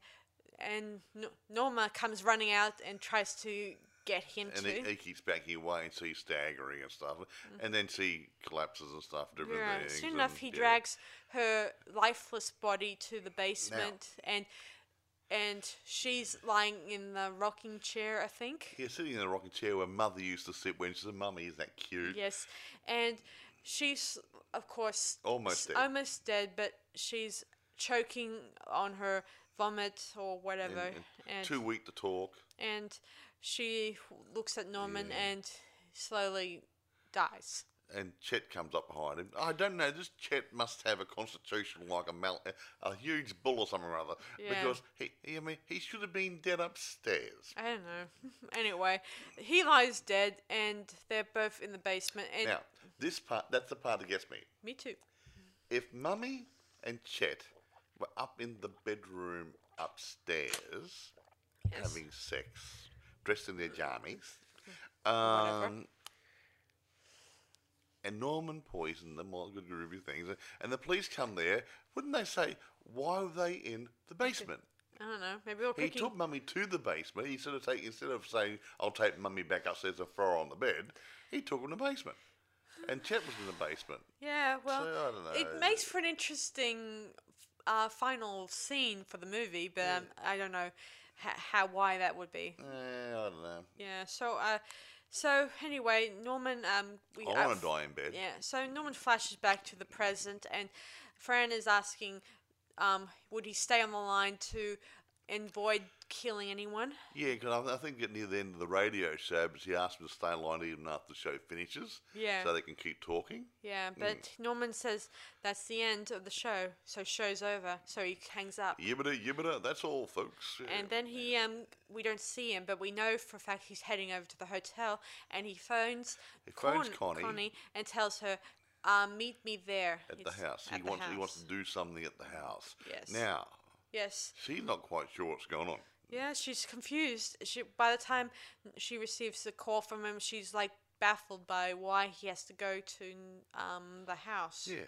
Speaker 1: and no- Norma comes running out and tries to get him
Speaker 2: and
Speaker 1: too.
Speaker 2: he, he keeps backing away and so he's staggering and stuff and then she collapses and stuff different
Speaker 1: Yeah,
Speaker 2: things
Speaker 1: soon enough,
Speaker 2: and,
Speaker 1: he
Speaker 2: yeah.
Speaker 1: drags her lifeless body to the basement, and and she's lying in the rocking chair, I think.
Speaker 2: yeah sitting in the rocking chair where mother used to sit when she's a mummy isn't that cute
Speaker 1: Yes, and she's of course
Speaker 2: Almost
Speaker 1: s-
Speaker 2: dead.
Speaker 1: almost dead, but she's choking on her vomit or whatever, and
Speaker 2: and
Speaker 1: and,
Speaker 2: too weak to talk
Speaker 1: she looks at Norman and slowly dies.
Speaker 2: and Chet comes up behind him. I don't know. This Chet must have a constitution like a mal- a huge bull or something or other,
Speaker 1: Yeah.
Speaker 2: because he, he, I mean, he should have been dead upstairs.
Speaker 1: I don't know. anyway, he lies dead, and they're both in the basement. And
Speaker 2: Now, this part, that's the part that gets me.
Speaker 1: Me too.
Speaker 2: if Mummy and Chet were up in the bedroom upstairs having sex, dressed in their jammies, um, and Norman poisoned them, all good groovy things, and the police come there, wouldn't they say, why were they in the basement?
Speaker 1: I don't know. Maybe we're
Speaker 2: He
Speaker 1: picking.
Speaker 2: took Mummy to the basement. He sort of take, instead of saying, I'll take Mummy back upstairs and throw her on the bed, he took her in the basement. And Chet was in the basement.
Speaker 1: yeah, well,
Speaker 2: So, I don't
Speaker 1: it
Speaker 2: know.
Speaker 1: makes for an interesting uh, final scene for the movie, but um,
Speaker 2: Mm.
Speaker 1: I don't know ha- how why that would be.
Speaker 2: Eh, I don't know.
Speaker 1: Yeah. So, uh, so anyway, Norman. Um, we.
Speaker 2: I
Speaker 1: uh,
Speaker 2: want to die in bed.
Speaker 1: Yeah. So Norman flashes back to the present, and Fran is asking, um, would he stay on the line to avoid killing anyone?
Speaker 2: Yeah, because I, I think at near the end of the radio show, but she asked them to stay in line even after the show finishes.
Speaker 1: Yeah.
Speaker 2: So they can keep talking.
Speaker 1: Yeah, but
Speaker 2: Mm.
Speaker 1: Norman says that's the end of the show, so show's over. So he hangs up.
Speaker 2: Yibbida, yibbida, that's all, folks. Yeah.
Speaker 1: And then he, um, we don't see him, but we know for a fact he's heading over to the hotel, and he phones,
Speaker 2: He phones Connie.
Speaker 1: and tells her, um, "Meet me there
Speaker 2: at
Speaker 1: It's
Speaker 2: the house. He
Speaker 1: at the
Speaker 2: wants he wants
Speaker 1: house.
Speaker 2: to do something at the house.
Speaker 1: Yes.
Speaker 2: Now,
Speaker 1: Yes,
Speaker 2: she's not quite sure what's going on.
Speaker 1: yeah, she's confused. She by the time she receives the call from him, she's like baffled by why he has to go to um the house.
Speaker 2: Yeah.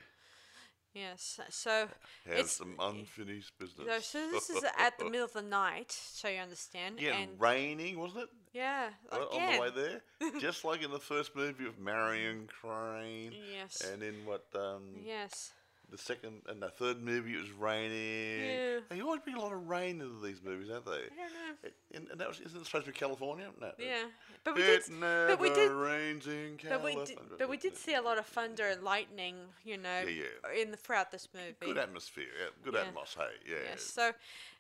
Speaker 1: Yes, so
Speaker 2: Has
Speaker 1: it's
Speaker 2: some unfinished business.
Speaker 1: No, so this is at the middle of the night, so you understand.
Speaker 2: Yeah,
Speaker 1: and
Speaker 2: raining, wasn't it?
Speaker 1: yeah,
Speaker 2: Right
Speaker 1: again.
Speaker 2: On the way there. Just like in the first movie of Marion Crane.
Speaker 1: Yes.
Speaker 2: And in what um
Speaker 1: Yes.
Speaker 2: the second and the third movie, it was raining.
Speaker 1: Yeah.
Speaker 2: They always bring a lot of rain into these movies, don't they?
Speaker 1: I don't know.
Speaker 2: And, and that was isn't it supposed to be California? No.
Speaker 1: Yeah, but we did.
Speaker 2: It never
Speaker 1: But we did.
Speaker 2: rains in
Speaker 1: But we
Speaker 2: California.
Speaker 1: did. But we did see a lot of thunder and lightning. You know,
Speaker 2: Yeah,
Speaker 1: in the, throughout this movie.
Speaker 2: Good atmosphere. Yeah, good
Speaker 1: Yeah.
Speaker 2: atmosphere. Hey, yeah.
Speaker 1: Yes. So,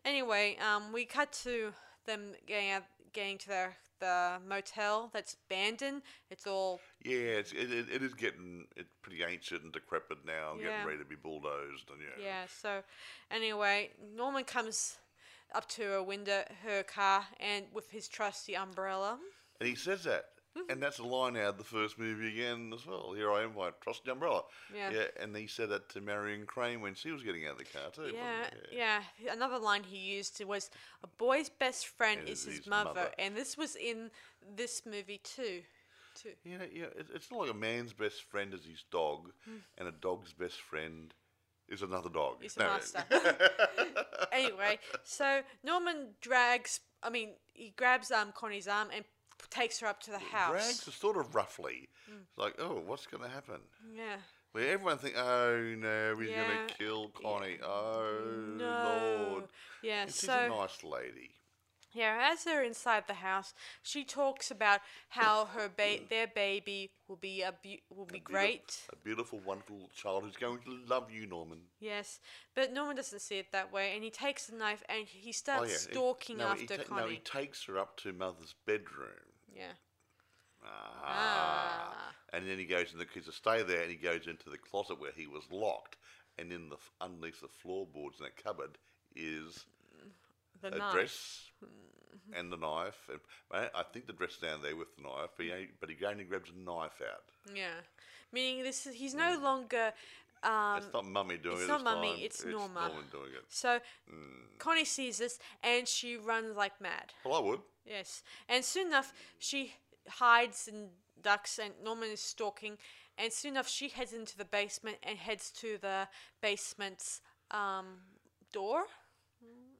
Speaker 1: anyway, um, we cut to them getting out, getting to their the motel that's abandoned. It's all
Speaker 2: Yeah, it's, it, it, it is getting it's pretty ancient and decrepit now, and
Speaker 1: Yeah.
Speaker 2: getting ready to be bulldozed. And yeah,
Speaker 1: yeah. So, anyway, Norman comes up to her window, her car, and with his trusty umbrella.
Speaker 2: and he says that,
Speaker 1: Mm-hmm.
Speaker 2: and that's a line out of the first movie again as well. Here I am, my trusty umbrella.
Speaker 1: Yeah.
Speaker 2: and he said that to Marion Crane when she was getting out of the car too. wasn't
Speaker 1: Yeah,
Speaker 2: it?
Speaker 1: yeah. Another line he used was, "A boy's best friend
Speaker 2: And
Speaker 1: is
Speaker 2: his
Speaker 1: his, mother.
Speaker 2: mother.
Speaker 1: and this was in this movie too. Too.
Speaker 2: You know, yeah, it, it's not like a man's best friend is his dog,
Speaker 1: Hmm.
Speaker 2: and a dog's best friend is another dog.
Speaker 1: He's a master. anyway, so Norman drags, I mean, he grabs um Connie's arm and p- takes her up to the house. Hmm.
Speaker 2: Rags is sort of roughly. It's like, oh, what's going to happen?
Speaker 1: Yeah.
Speaker 2: Where everyone think, oh no, he's
Speaker 1: Yeah.
Speaker 2: going to kill Connie. Oh
Speaker 1: No.
Speaker 2: lord.
Speaker 1: Yeah.
Speaker 2: And she's
Speaker 1: so
Speaker 2: a nice lady.
Speaker 1: yeah, as they're inside the house, she talks about how her ba- their baby will be Mm. a bu- will be
Speaker 2: Beautif-
Speaker 1: great.
Speaker 2: A beautiful, wonderful child who's going to love you, Norman.
Speaker 1: Yes, but Norman doesn't see it that way, and he takes the knife and he
Speaker 2: Oh
Speaker 1: starts
Speaker 2: yeah. he-
Speaker 1: stalking
Speaker 2: no, he
Speaker 1: after
Speaker 2: ta-
Speaker 1: Connie.
Speaker 2: No, he takes her up to mother's bedroom.
Speaker 1: yeah.
Speaker 2: Ah.
Speaker 1: Ah.
Speaker 2: And then he goes in the kids stay there, and he goes into the closet where he was locked, and in the f- underneath the floorboards in a cupboard is
Speaker 1: The
Speaker 2: a
Speaker 1: knife. Hmm.
Speaker 2: dress and the knife. And I I think the dress is down there with the knife, but he, ain't- but he only grabs a knife out.
Speaker 1: Yeah. Meaning this is, he's
Speaker 2: Mm.
Speaker 1: no longer um,
Speaker 2: it's not mummy doing
Speaker 1: it's
Speaker 2: it.
Speaker 1: not
Speaker 2: this
Speaker 1: Mummy,
Speaker 2: time.
Speaker 1: it's Norma.
Speaker 2: Norman doing it.
Speaker 1: So
Speaker 2: Mm.
Speaker 1: Connie sees this and she runs like mad.
Speaker 2: Well, I would.
Speaker 1: Yes. And soon enough, she hides and ducks, and Norman is stalking. And soon enough, she heads into the basement and heads to the basement's um, door.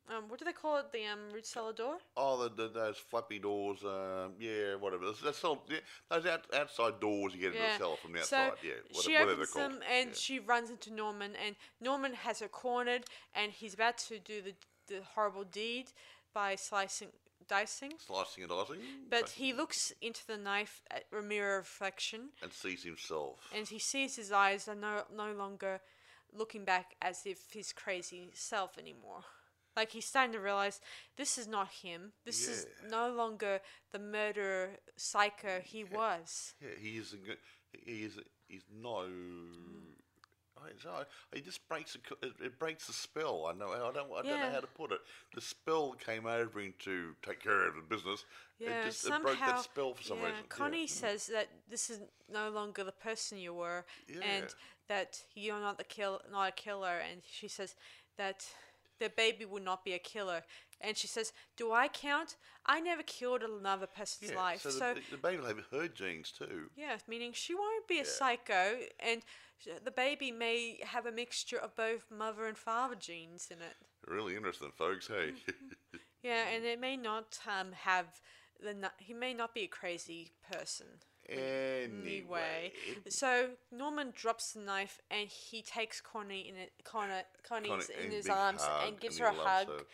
Speaker 1: Um, what do they call it? The um, root cellar door?
Speaker 2: Oh, the, the, those flappy doors. Um, yeah, whatever. That's, that's all, yeah, those out, outside doors you get into the cellar from the outside.
Speaker 1: So
Speaker 2: yeah, what,
Speaker 1: she
Speaker 2: whatever
Speaker 1: opens
Speaker 2: they're called.
Speaker 1: them and
Speaker 2: Yeah.
Speaker 1: she runs into Norman, and Norman has her cornered, and he's about to do the, the horrible deed by slicing, dicing.
Speaker 2: slicing and dicing.
Speaker 1: But he looks into the knife at a mirror reflection,
Speaker 2: and sees himself.
Speaker 1: and he sees his eyes are no no longer looking back as if his crazy self anymore. Like he's starting to realize this is not him. This is
Speaker 2: Yeah.
Speaker 1: no longer the murderer psycho he was.
Speaker 2: Yeah, he is. A, go- he is. He's no. I don't know. He just breaks the co- it, it breaks the spell. I know. I don't. I don't know
Speaker 1: Yeah.
Speaker 2: how to put it. The spell came over him to take care of the business.
Speaker 1: Yeah,
Speaker 2: it just it
Speaker 1: somehow.
Speaker 2: broke that spell for some
Speaker 1: yeah,
Speaker 2: reason. Yeah.
Speaker 1: Connie says that this is no longer the person you were,
Speaker 2: Yeah.
Speaker 1: and that you're not the kill, not a killer. And she says that the baby would not be a killer. And she says, "Do I count? I never killed another person's
Speaker 2: Yeah,
Speaker 1: life."
Speaker 2: So, the, the- the baby will have her genes too.
Speaker 1: Yeah, meaning she won't be a psycho, and sh- the baby may have a mixture of both mother and father genes in it.
Speaker 2: Really interesting, folks. Hey.
Speaker 1: Yeah,
Speaker 2: Mm-hmm.
Speaker 1: and it may not um, have the nu- he may not be a crazy person
Speaker 2: anyway.
Speaker 1: anyway. So Norman drops the knife, and he takes Connie in it, Connor, Connie's
Speaker 2: Connie-
Speaker 1: in
Speaker 2: and
Speaker 1: his
Speaker 2: big
Speaker 1: arms
Speaker 2: hug,
Speaker 1: and gives
Speaker 2: he
Speaker 1: her a hug.
Speaker 2: loves her.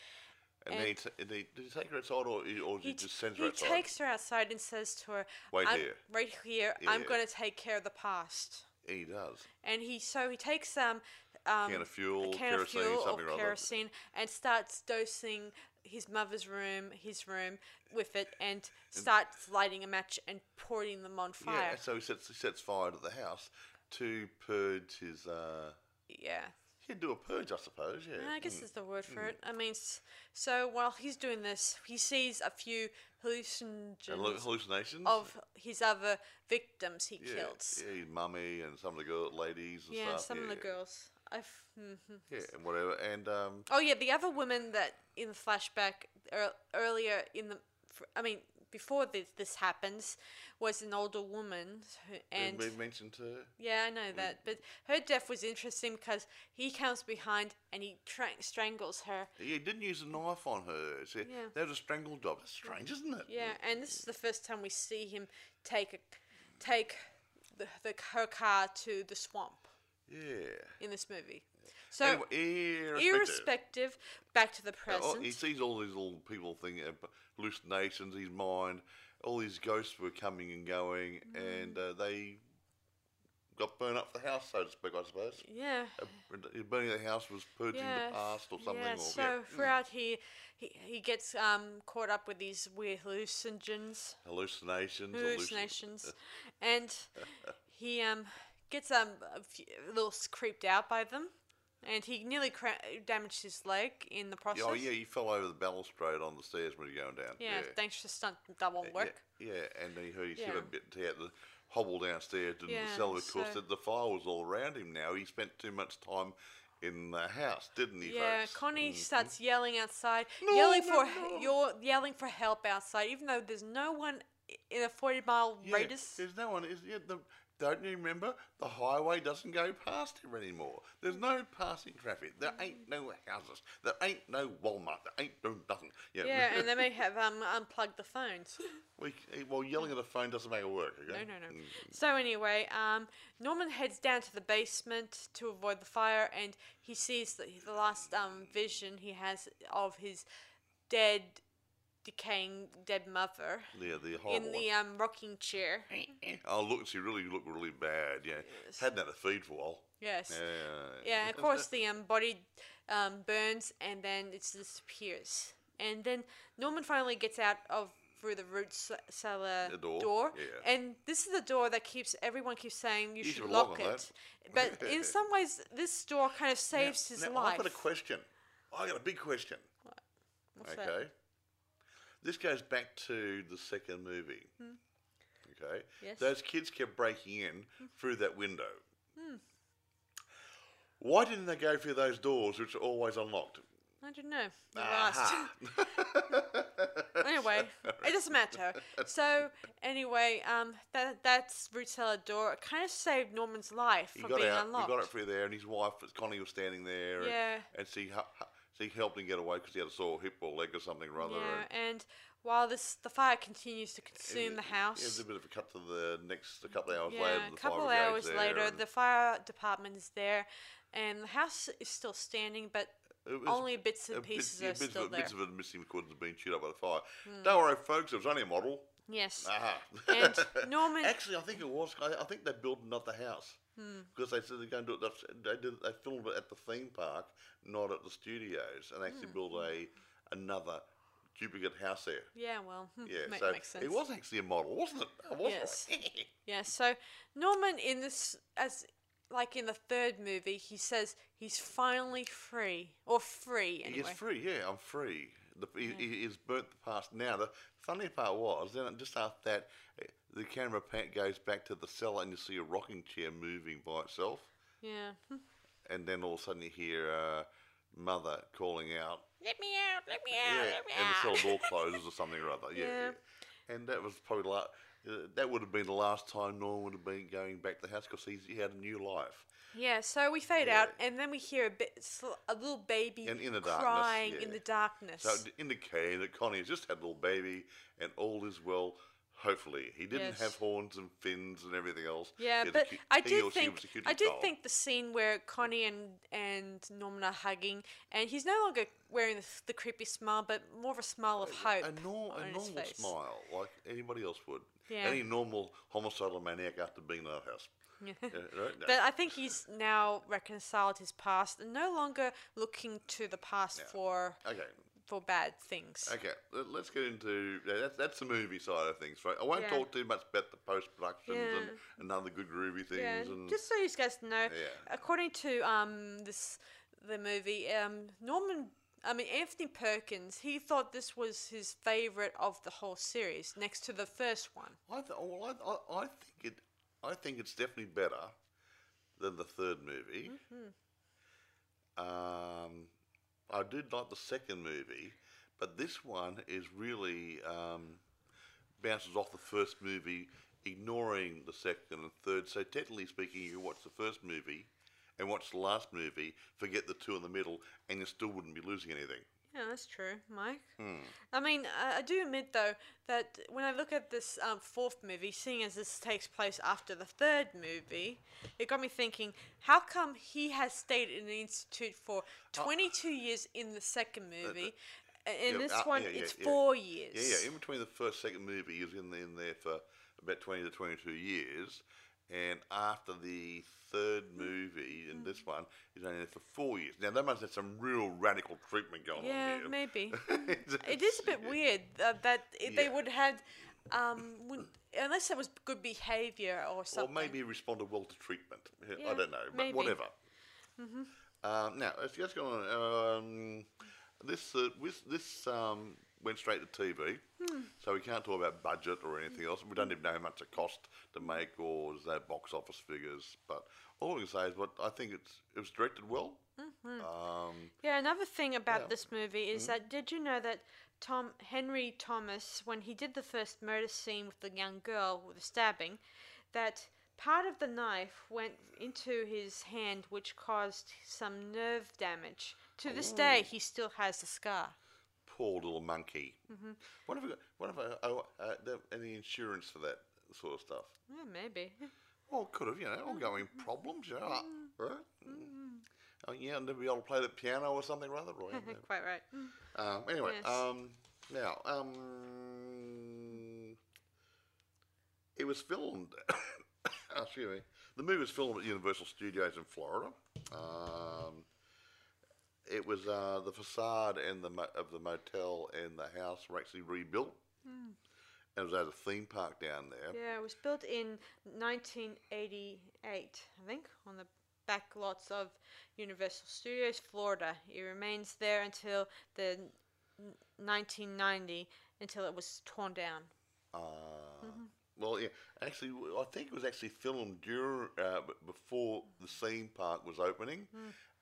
Speaker 2: And, then he, t- and he, did he take her outside or, or
Speaker 1: He,
Speaker 2: he
Speaker 1: t-
Speaker 2: just sends her
Speaker 1: he
Speaker 2: outside?
Speaker 1: takes her outside and says to her,
Speaker 2: Wait
Speaker 1: I'm,
Speaker 2: here."
Speaker 1: right here, I'm
Speaker 2: Yeah.
Speaker 1: going to take care of the past."
Speaker 2: he does.
Speaker 1: and he so he takes um, um
Speaker 2: Can of fuel,
Speaker 1: a can of
Speaker 2: kerosene,
Speaker 1: fuel
Speaker 2: something or
Speaker 1: or
Speaker 2: other.
Speaker 1: kerosene and starts dosing his mother's room his room with it and starts lighting a match and pouring them on fire
Speaker 2: Yeah, so he sets, he sets fire to the house to purge his. Uh,
Speaker 1: yeah,
Speaker 2: he'd do a purge, I suppose. Yeah.
Speaker 1: I guess
Speaker 2: Mm.
Speaker 1: is the word for it. I mean, s- so while he's doing this, he sees a few
Speaker 2: And
Speaker 1: hallucinogens
Speaker 2: hallu- hallucinations
Speaker 1: of his other victims he
Speaker 2: yeah,
Speaker 1: killed.
Speaker 2: Yeah, his mummy and some of the girl ladies and
Speaker 1: Yeah,
Speaker 2: stuff.
Speaker 1: some of the
Speaker 2: yeah,
Speaker 1: girls. I've, hmm
Speaker 2: Yeah, and whatever. And um,
Speaker 1: Oh yeah, the other woman that in the flashback ear earlier in the, fr- I mean, before this this happens, was an older woman, who- and
Speaker 2: we mentioned her.
Speaker 1: yeah, I
Speaker 2: Mm.
Speaker 1: know that. But her death was interesting because he comes behind and he tra- strangles her.
Speaker 2: He didn't use a knife on her. So
Speaker 1: Yeah.
Speaker 2: That was a strangle job. That's strange, isn't it?
Speaker 1: Yeah, and this is the first time we see him take a, take the, the her car to the swamp.
Speaker 2: Yeah.
Speaker 1: in this movie. So,
Speaker 2: anyway, irrespective.
Speaker 1: irrespective, back to the
Speaker 2: Oh,
Speaker 1: present.
Speaker 2: he sees all these little people thing, uh, hallucinations, his mind, all these ghosts were coming and going, and
Speaker 1: Mm.
Speaker 2: uh, they got burned up for the house, so to speak, I suppose.
Speaker 1: yeah.
Speaker 2: Uh, burning the house was purging
Speaker 1: Yeah,
Speaker 2: the past or something.
Speaker 1: Yeah,
Speaker 2: or,
Speaker 1: so
Speaker 2: yeah.
Speaker 1: throughout he, he he gets um caught up with these weird hallucinogens,
Speaker 2: hallucinations. hallucin-
Speaker 1: hallucinations, and he um gets um a, few, a little s- creeped out by them, and he nearly cra- damaged his leg in the process.
Speaker 2: Yeah, oh, yeah, he fell over the balustrade on the stairs when he was going down.
Speaker 1: Yeah, thanks to stunt double
Speaker 2: Yeah,
Speaker 1: work.
Speaker 2: Yeah, and he heard he yeah.
Speaker 1: Yeah.
Speaker 2: a bit he had to hobble downstairs to
Speaker 1: Yeah,
Speaker 2: the cellar. Of course,
Speaker 1: so-
Speaker 2: the fire was all around him now. He spent too much time in the house, didn't he?
Speaker 1: Yeah,
Speaker 2: folks?
Speaker 1: Connie
Speaker 2: Mm.
Speaker 1: starts yelling outside,
Speaker 2: No,
Speaker 1: yelling
Speaker 2: no,
Speaker 1: for
Speaker 2: no.
Speaker 1: you're yelling for help outside, even though there's no one i- in a forty mile
Speaker 2: Yeah,
Speaker 1: radius.
Speaker 2: There's no one. Is yeah, the, don't you remember? The highway doesn't go past him anymore. There's no passing traffic. There ain't no houses. There ain't no Walmart. There ain't no nothing. Yeah.
Speaker 1: Yeah, and they may have um unplugged the phones.
Speaker 2: we, eh, well, yelling at a phone doesn't make it work. Okay?
Speaker 1: No, no, no.
Speaker 2: Mm-hmm.
Speaker 1: So anyway, um, Norman heads down to the basement to avoid the fire, and he sees the, the last um vision he has of his dead, decaying dead mother
Speaker 2: Mm, Yeah, the
Speaker 1: in
Speaker 2: horrible.
Speaker 1: the um rocking chair.
Speaker 2: one. oh, look, she really looked really bad. Yeah, hadn't had a feed for a while.
Speaker 1: Yes.
Speaker 2: Yeah.
Speaker 1: Yeah, of course, the um, body um, burns and then it disappears. And then Norman finally gets out of through the root ce- cellar
Speaker 2: The door, yeah.
Speaker 1: And this is the door that keeps everyone keeps saying you, should,
Speaker 2: should lock
Speaker 1: lock,
Speaker 2: on
Speaker 1: it. But in some ways, this door kind of saves his
Speaker 2: now,
Speaker 1: life.
Speaker 2: I've got a question. I got a big question.
Speaker 1: What's
Speaker 2: okay.
Speaker 1: that?
Speaker 2: This goes back to the second movie. Okay.
Speaker 1: Hmm. Yes. Hmm.
Speaker 2: Those kids kept breaking in through that window. Why didn't they go through those doors, which are always unlocked?
Speaker 1: I don't know. Never asked. anyway, it doesn't matter. So anyway, um, that that's root cellar door. It kind of saved Norman's life
Speaker 2: He
Speaker 1: from
Speaker 2: got
Speaker 1: being
Speaker 2: out.
Speaker 1: unlocked.
Speaker 2: He got it through there, and his wife, Connie, was standing there.
Speaker 1: Yeah.
Speaker 2: And, and she, hu- hu- she helped him get away because he had a sore hip or leg or something or other. and-
Speaker 1: Yeah, and while this the fire continues to consume the
Speaker 2: It was
Speaker 1: house,
Speaker 2: a bit of a cut to the next, a couple of hours
Speaker 1: yeah, a
Speaker 2: later. the fire
Speaker 1: couple
Speaker 2: brigade's
Speaker 1: hours
Speaker 2: there
Speaker 1: later,
Speaker 2: and
Speaker 1: the fire department is there, and the house is still standing, but
Speaker 2: it was
Speaker 1: only bits
Speaker 2: a
Speaker 1: and
Speaker 2: bit-
Speaker 1: pieces
Speaker 2: Uh, yeah,
Speaker 1: are
Speaker 2: bits of
Speaker 1: still
Speaker 2: it-
Speaker 1: there.
Speaker 2: Bits of it missing because it's been chewed up by the fire. Don't worry, folks, it was only a model.
Speaker 1: yes,
Speaker 2: Aha.
Speaker 1: and Norman. hmm,
Speaker 2: Actually, I think it was. I, I think they built another house because they said they're going to do it. They, did, they filmed it at the theme park, not at the studios, and
Speaker 1: Hmm.
Speaker 2: actually built a another duplicate house there.
Speaker 1: yeah, well, hmm,
Speaker 2: Yeah,
Speaker 1: ma-
Speaker 2: so
Speaker 1: makes sense.
Speaker 2: it was actually a model, wasn't it? I was
Speaker 1: Yes.
Speaker 2: right.
Speaker 1: Yeah, so Norman in this as like in the third movie, he says he's finally free or free
Speaker 2: He
Speaker 1: anyway.
Speaker 2: gets free, yeah, I'm free. The, he, he- he's burnt the past. Now, the funny part was, then just after that, eh, the camera pan goes back to the cellar and you see a rocking chair moving by itself.
Speaker 1: Yeah. Hmm.
Speaker 2: And then all of a sudden you hear uh, Mother calling out.
Speaker 1: Let me out! Let me
Speaker 2: Yeah,
Speaker 1: out! Let me out!
Speaker 2: and the cell door closes or something or other. Yeah.
Speaker 1: Yeah.
Speaker 2: yeah. And that was probably like, uh, that would have been the last time Norman would have been going back to the house because he had a new life.
Speaker 1: Yeah, so we fade
Speaker 2: Yeah.
Speaker 1: out, and then we hear a bit, sl- a little baby
Speaker 2: In- in the darkness,
Speaker 1: crying in
Speaker 2: yeah.
Speaker 1: the darkness.
Speaker 2: So it indicated that Connie has just had a little baby and all is well, hopefully. He didn't
Speaker 1: Yes.
Speaker 2: have horns and fins and everything else.
Speaker 1: yeah,
Speaker 2: He was a
Speaker 1: but
Speaker 2: cute-
Speaker 1: I
Speaker 2: he
Speaker 1: do
Speaker 2: or she
Speaker 1: think
Speaker 2: was a cute
Speaker 1: I
Speaker 2: little
Speaker 1: do
Speaker 2: doll.
Speaker 1: think the scene where Connie and and Norman are hugging, and he's no longer wearing the, the creepy smile, but more of a smile of hope.
Speaker 2: a, nor-
Speaker 1: on
Speaker 2: a
Speaker 1: his
Speaker 2: normal
Speaker 1: face.
Speaker 2: smile, like anybody else would.
Speaker 1: Yeah.
Speaker 2: Any normal homicidal maniac after being in that house. Yeah, right? No.
Speaker 1: But I think he's now reconciled his past and no longer looking to the past for
Speaker 2: okay.
Speaker 1: for bad things.
Speaker 2: Okay, let- let's get into yeah, that's, that's the movie side of things, right? I won't
Speaker 1: Yeah.
Speaker 2: talk too much about the post productions and,
Speaker 1: Yeah.
Speaker 2: and other good groovy things.
Speaker 1: Yeah,
Speaker 2: and
Speaker 1: just so you guys know,
Speaker 2: Yeah.
Speaker 1: according to um this the movie, um Norman, I mean Anthony Perkins, he thought this was his favorite of the whole series, next to the first one.
Speaker 2: I th- well, I, I, I think it. I think it's definitely better than the third movie. Um, I did like the second movie, but this one is really um, bounces off the first movie, ignoring the second and third. So technically speaking, you watch the first movie and watch the last movie, forget the two in the middle, and you still wouldn't be losing anything.
Speaker 1: Yeah, that's true, Mike.
Speaker 2: Hmm.
Speaker 1: I mean, I, I do admit though that when I look at this um, fourth movie, seeing as this takes place after the third movie, it got me thinking: How come he has stayed in the institute for twenty-two years in the second movie, a- in
Speaker 2: Oh. Uh, yeah,
Speaker 1: this
Speaker 2: uh,
Speaker 1: one
Speaker 2: yeah, yeah,
Speaker 1: it's
Speaker 2: yeah.
Speaker 1: four
Speaker 2: Yeah,
Speaker 1: years?
Speaker 2: yeah. In between the first second movie, he was in there, in there for about twenty to twenty-two years, and after the third movie, in
Speaker 1: Mm.
Speaker 2: this one, he's only there for four years. Now they must have some real radical treatment going
Speaker 1: Yeah,
Speaker 2: on here.
Speaker 1: maybe.
Speaker 2: It's-
Speaker 1: It is a bit weird uh, that it, they
Speaker 2: Yeah.
Speaker 1: would have had, um, wouldn't, unless that was good behavior or
Speaker 2: Or
Speaker 1: something.
Speaker 2: maybe he responded well to treatment.
Speaker 1: Yeah,
Speaker 2: I don't know, but
Speaker 1: maybe. Mm-hmm.
Speaker 2: whatever. Um, now, let's just go on. Um, this uh, this, this um, went straight to TV,
Speaker 1: Hmm.
Speaker 2: so we can't talk about budget or anything else. We don't even know how much it cost to make or is that box office figures. But all I can say is, what I think it's it was directed well.
Speaker 1: Mm-hmm.
Speaker 2: Um,
Speaker 1: Yeah, another thing about
Speaker 2: Yeah.
Speaker 1: this movie is that did you know that Tom Henry Thomas, when he did the first murder scene with the young girl with the stabbing, that part of the knife went into his hand, which caused some nerve damage. To this day, he still has the scar.
Speaker 2: poor little monkey. Mm-hmm. What have we got? What have I, oh, uh, the- any insurance for that sort of stuff?
Speaker 1: Yeah, maybe.
Speaker 2: Well, it could have, you know, ongoing problems, you know. like, right? Oh, yeah, and to be able to play the piano or something rather, Roy. you know.
Speaker 1: Quite right.
Speaker 2: um, anyway,
Speaker 1: Yes.
Speaker 2: um, now, um, it was filmed, oh, excuse me, the movie was filmed at Universal Studios in Florida. Um, it was uh, the facade and the mo- of the motel and the house were actually rebuilt. And it was at a theme park down there.
Speaker 1: Yeah, it was built in 1988, I think, on the back lots of Universal Studios, Florida. It remains there until the n- 1990, until it was torn down.
Speaker 2: Uh, Well, yeah, actually, w- I think it was actually filmed during uh, b- before the theme park was opening,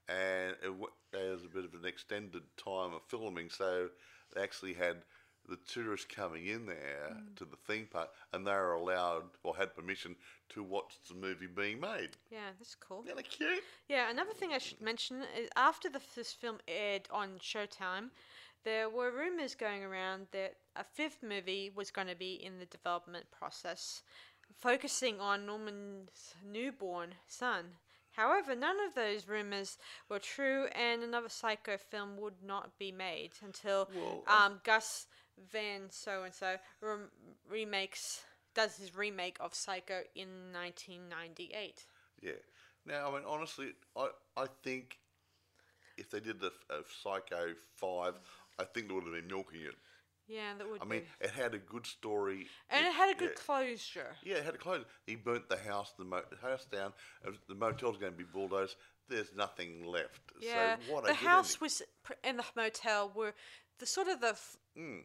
Speaker 2: and it w- as a bit of an extended time of filming, so they actually had the tourists coming in there to the theme park, and they were allowed or had permission to watch the movie being made.
Speaker 1: Yeah, that's cool.
Speaker 2: Isn't that cute?
Speaker 1: Yeah, another thing I should mention is after the, this film aired on Showtime, there were rumors going around that a fifth movie was going to be in the development process, focusing on Norman's newborn son. However, none of those rumors were true, and another Psycho film would not be made until
Speaker 2: Well, uh I-
Speaker 1: um, Gus Van So and So rem- remakes does his remake of Psycho in 1998.
Speaker 2: Yeah. Now, I mean, honestly, I, I think if they did the f- a Psycho 5, I think they would have been milking it.
Speaker 1: Yeah, that would
Speaker 2: I mean,
Speaker 1: be.
Speaker 2: it had a good story.
Speaker 1: And it had a good
Speaker 2: yeah,
Speaker 1: closure.
Speaker 2: yeah, it had a close. He burnt the house, the mo- house down. uh, The motel's going to be bulldozed. There's nothing left.
Speaker 1: Yeah,
Speaker 2: So what a
Speaker 1: the
Speaker 2: good
Speaker 1: house
Speaker 2: ending.
Speaker 1: was pr- and the motel were the sort of the f-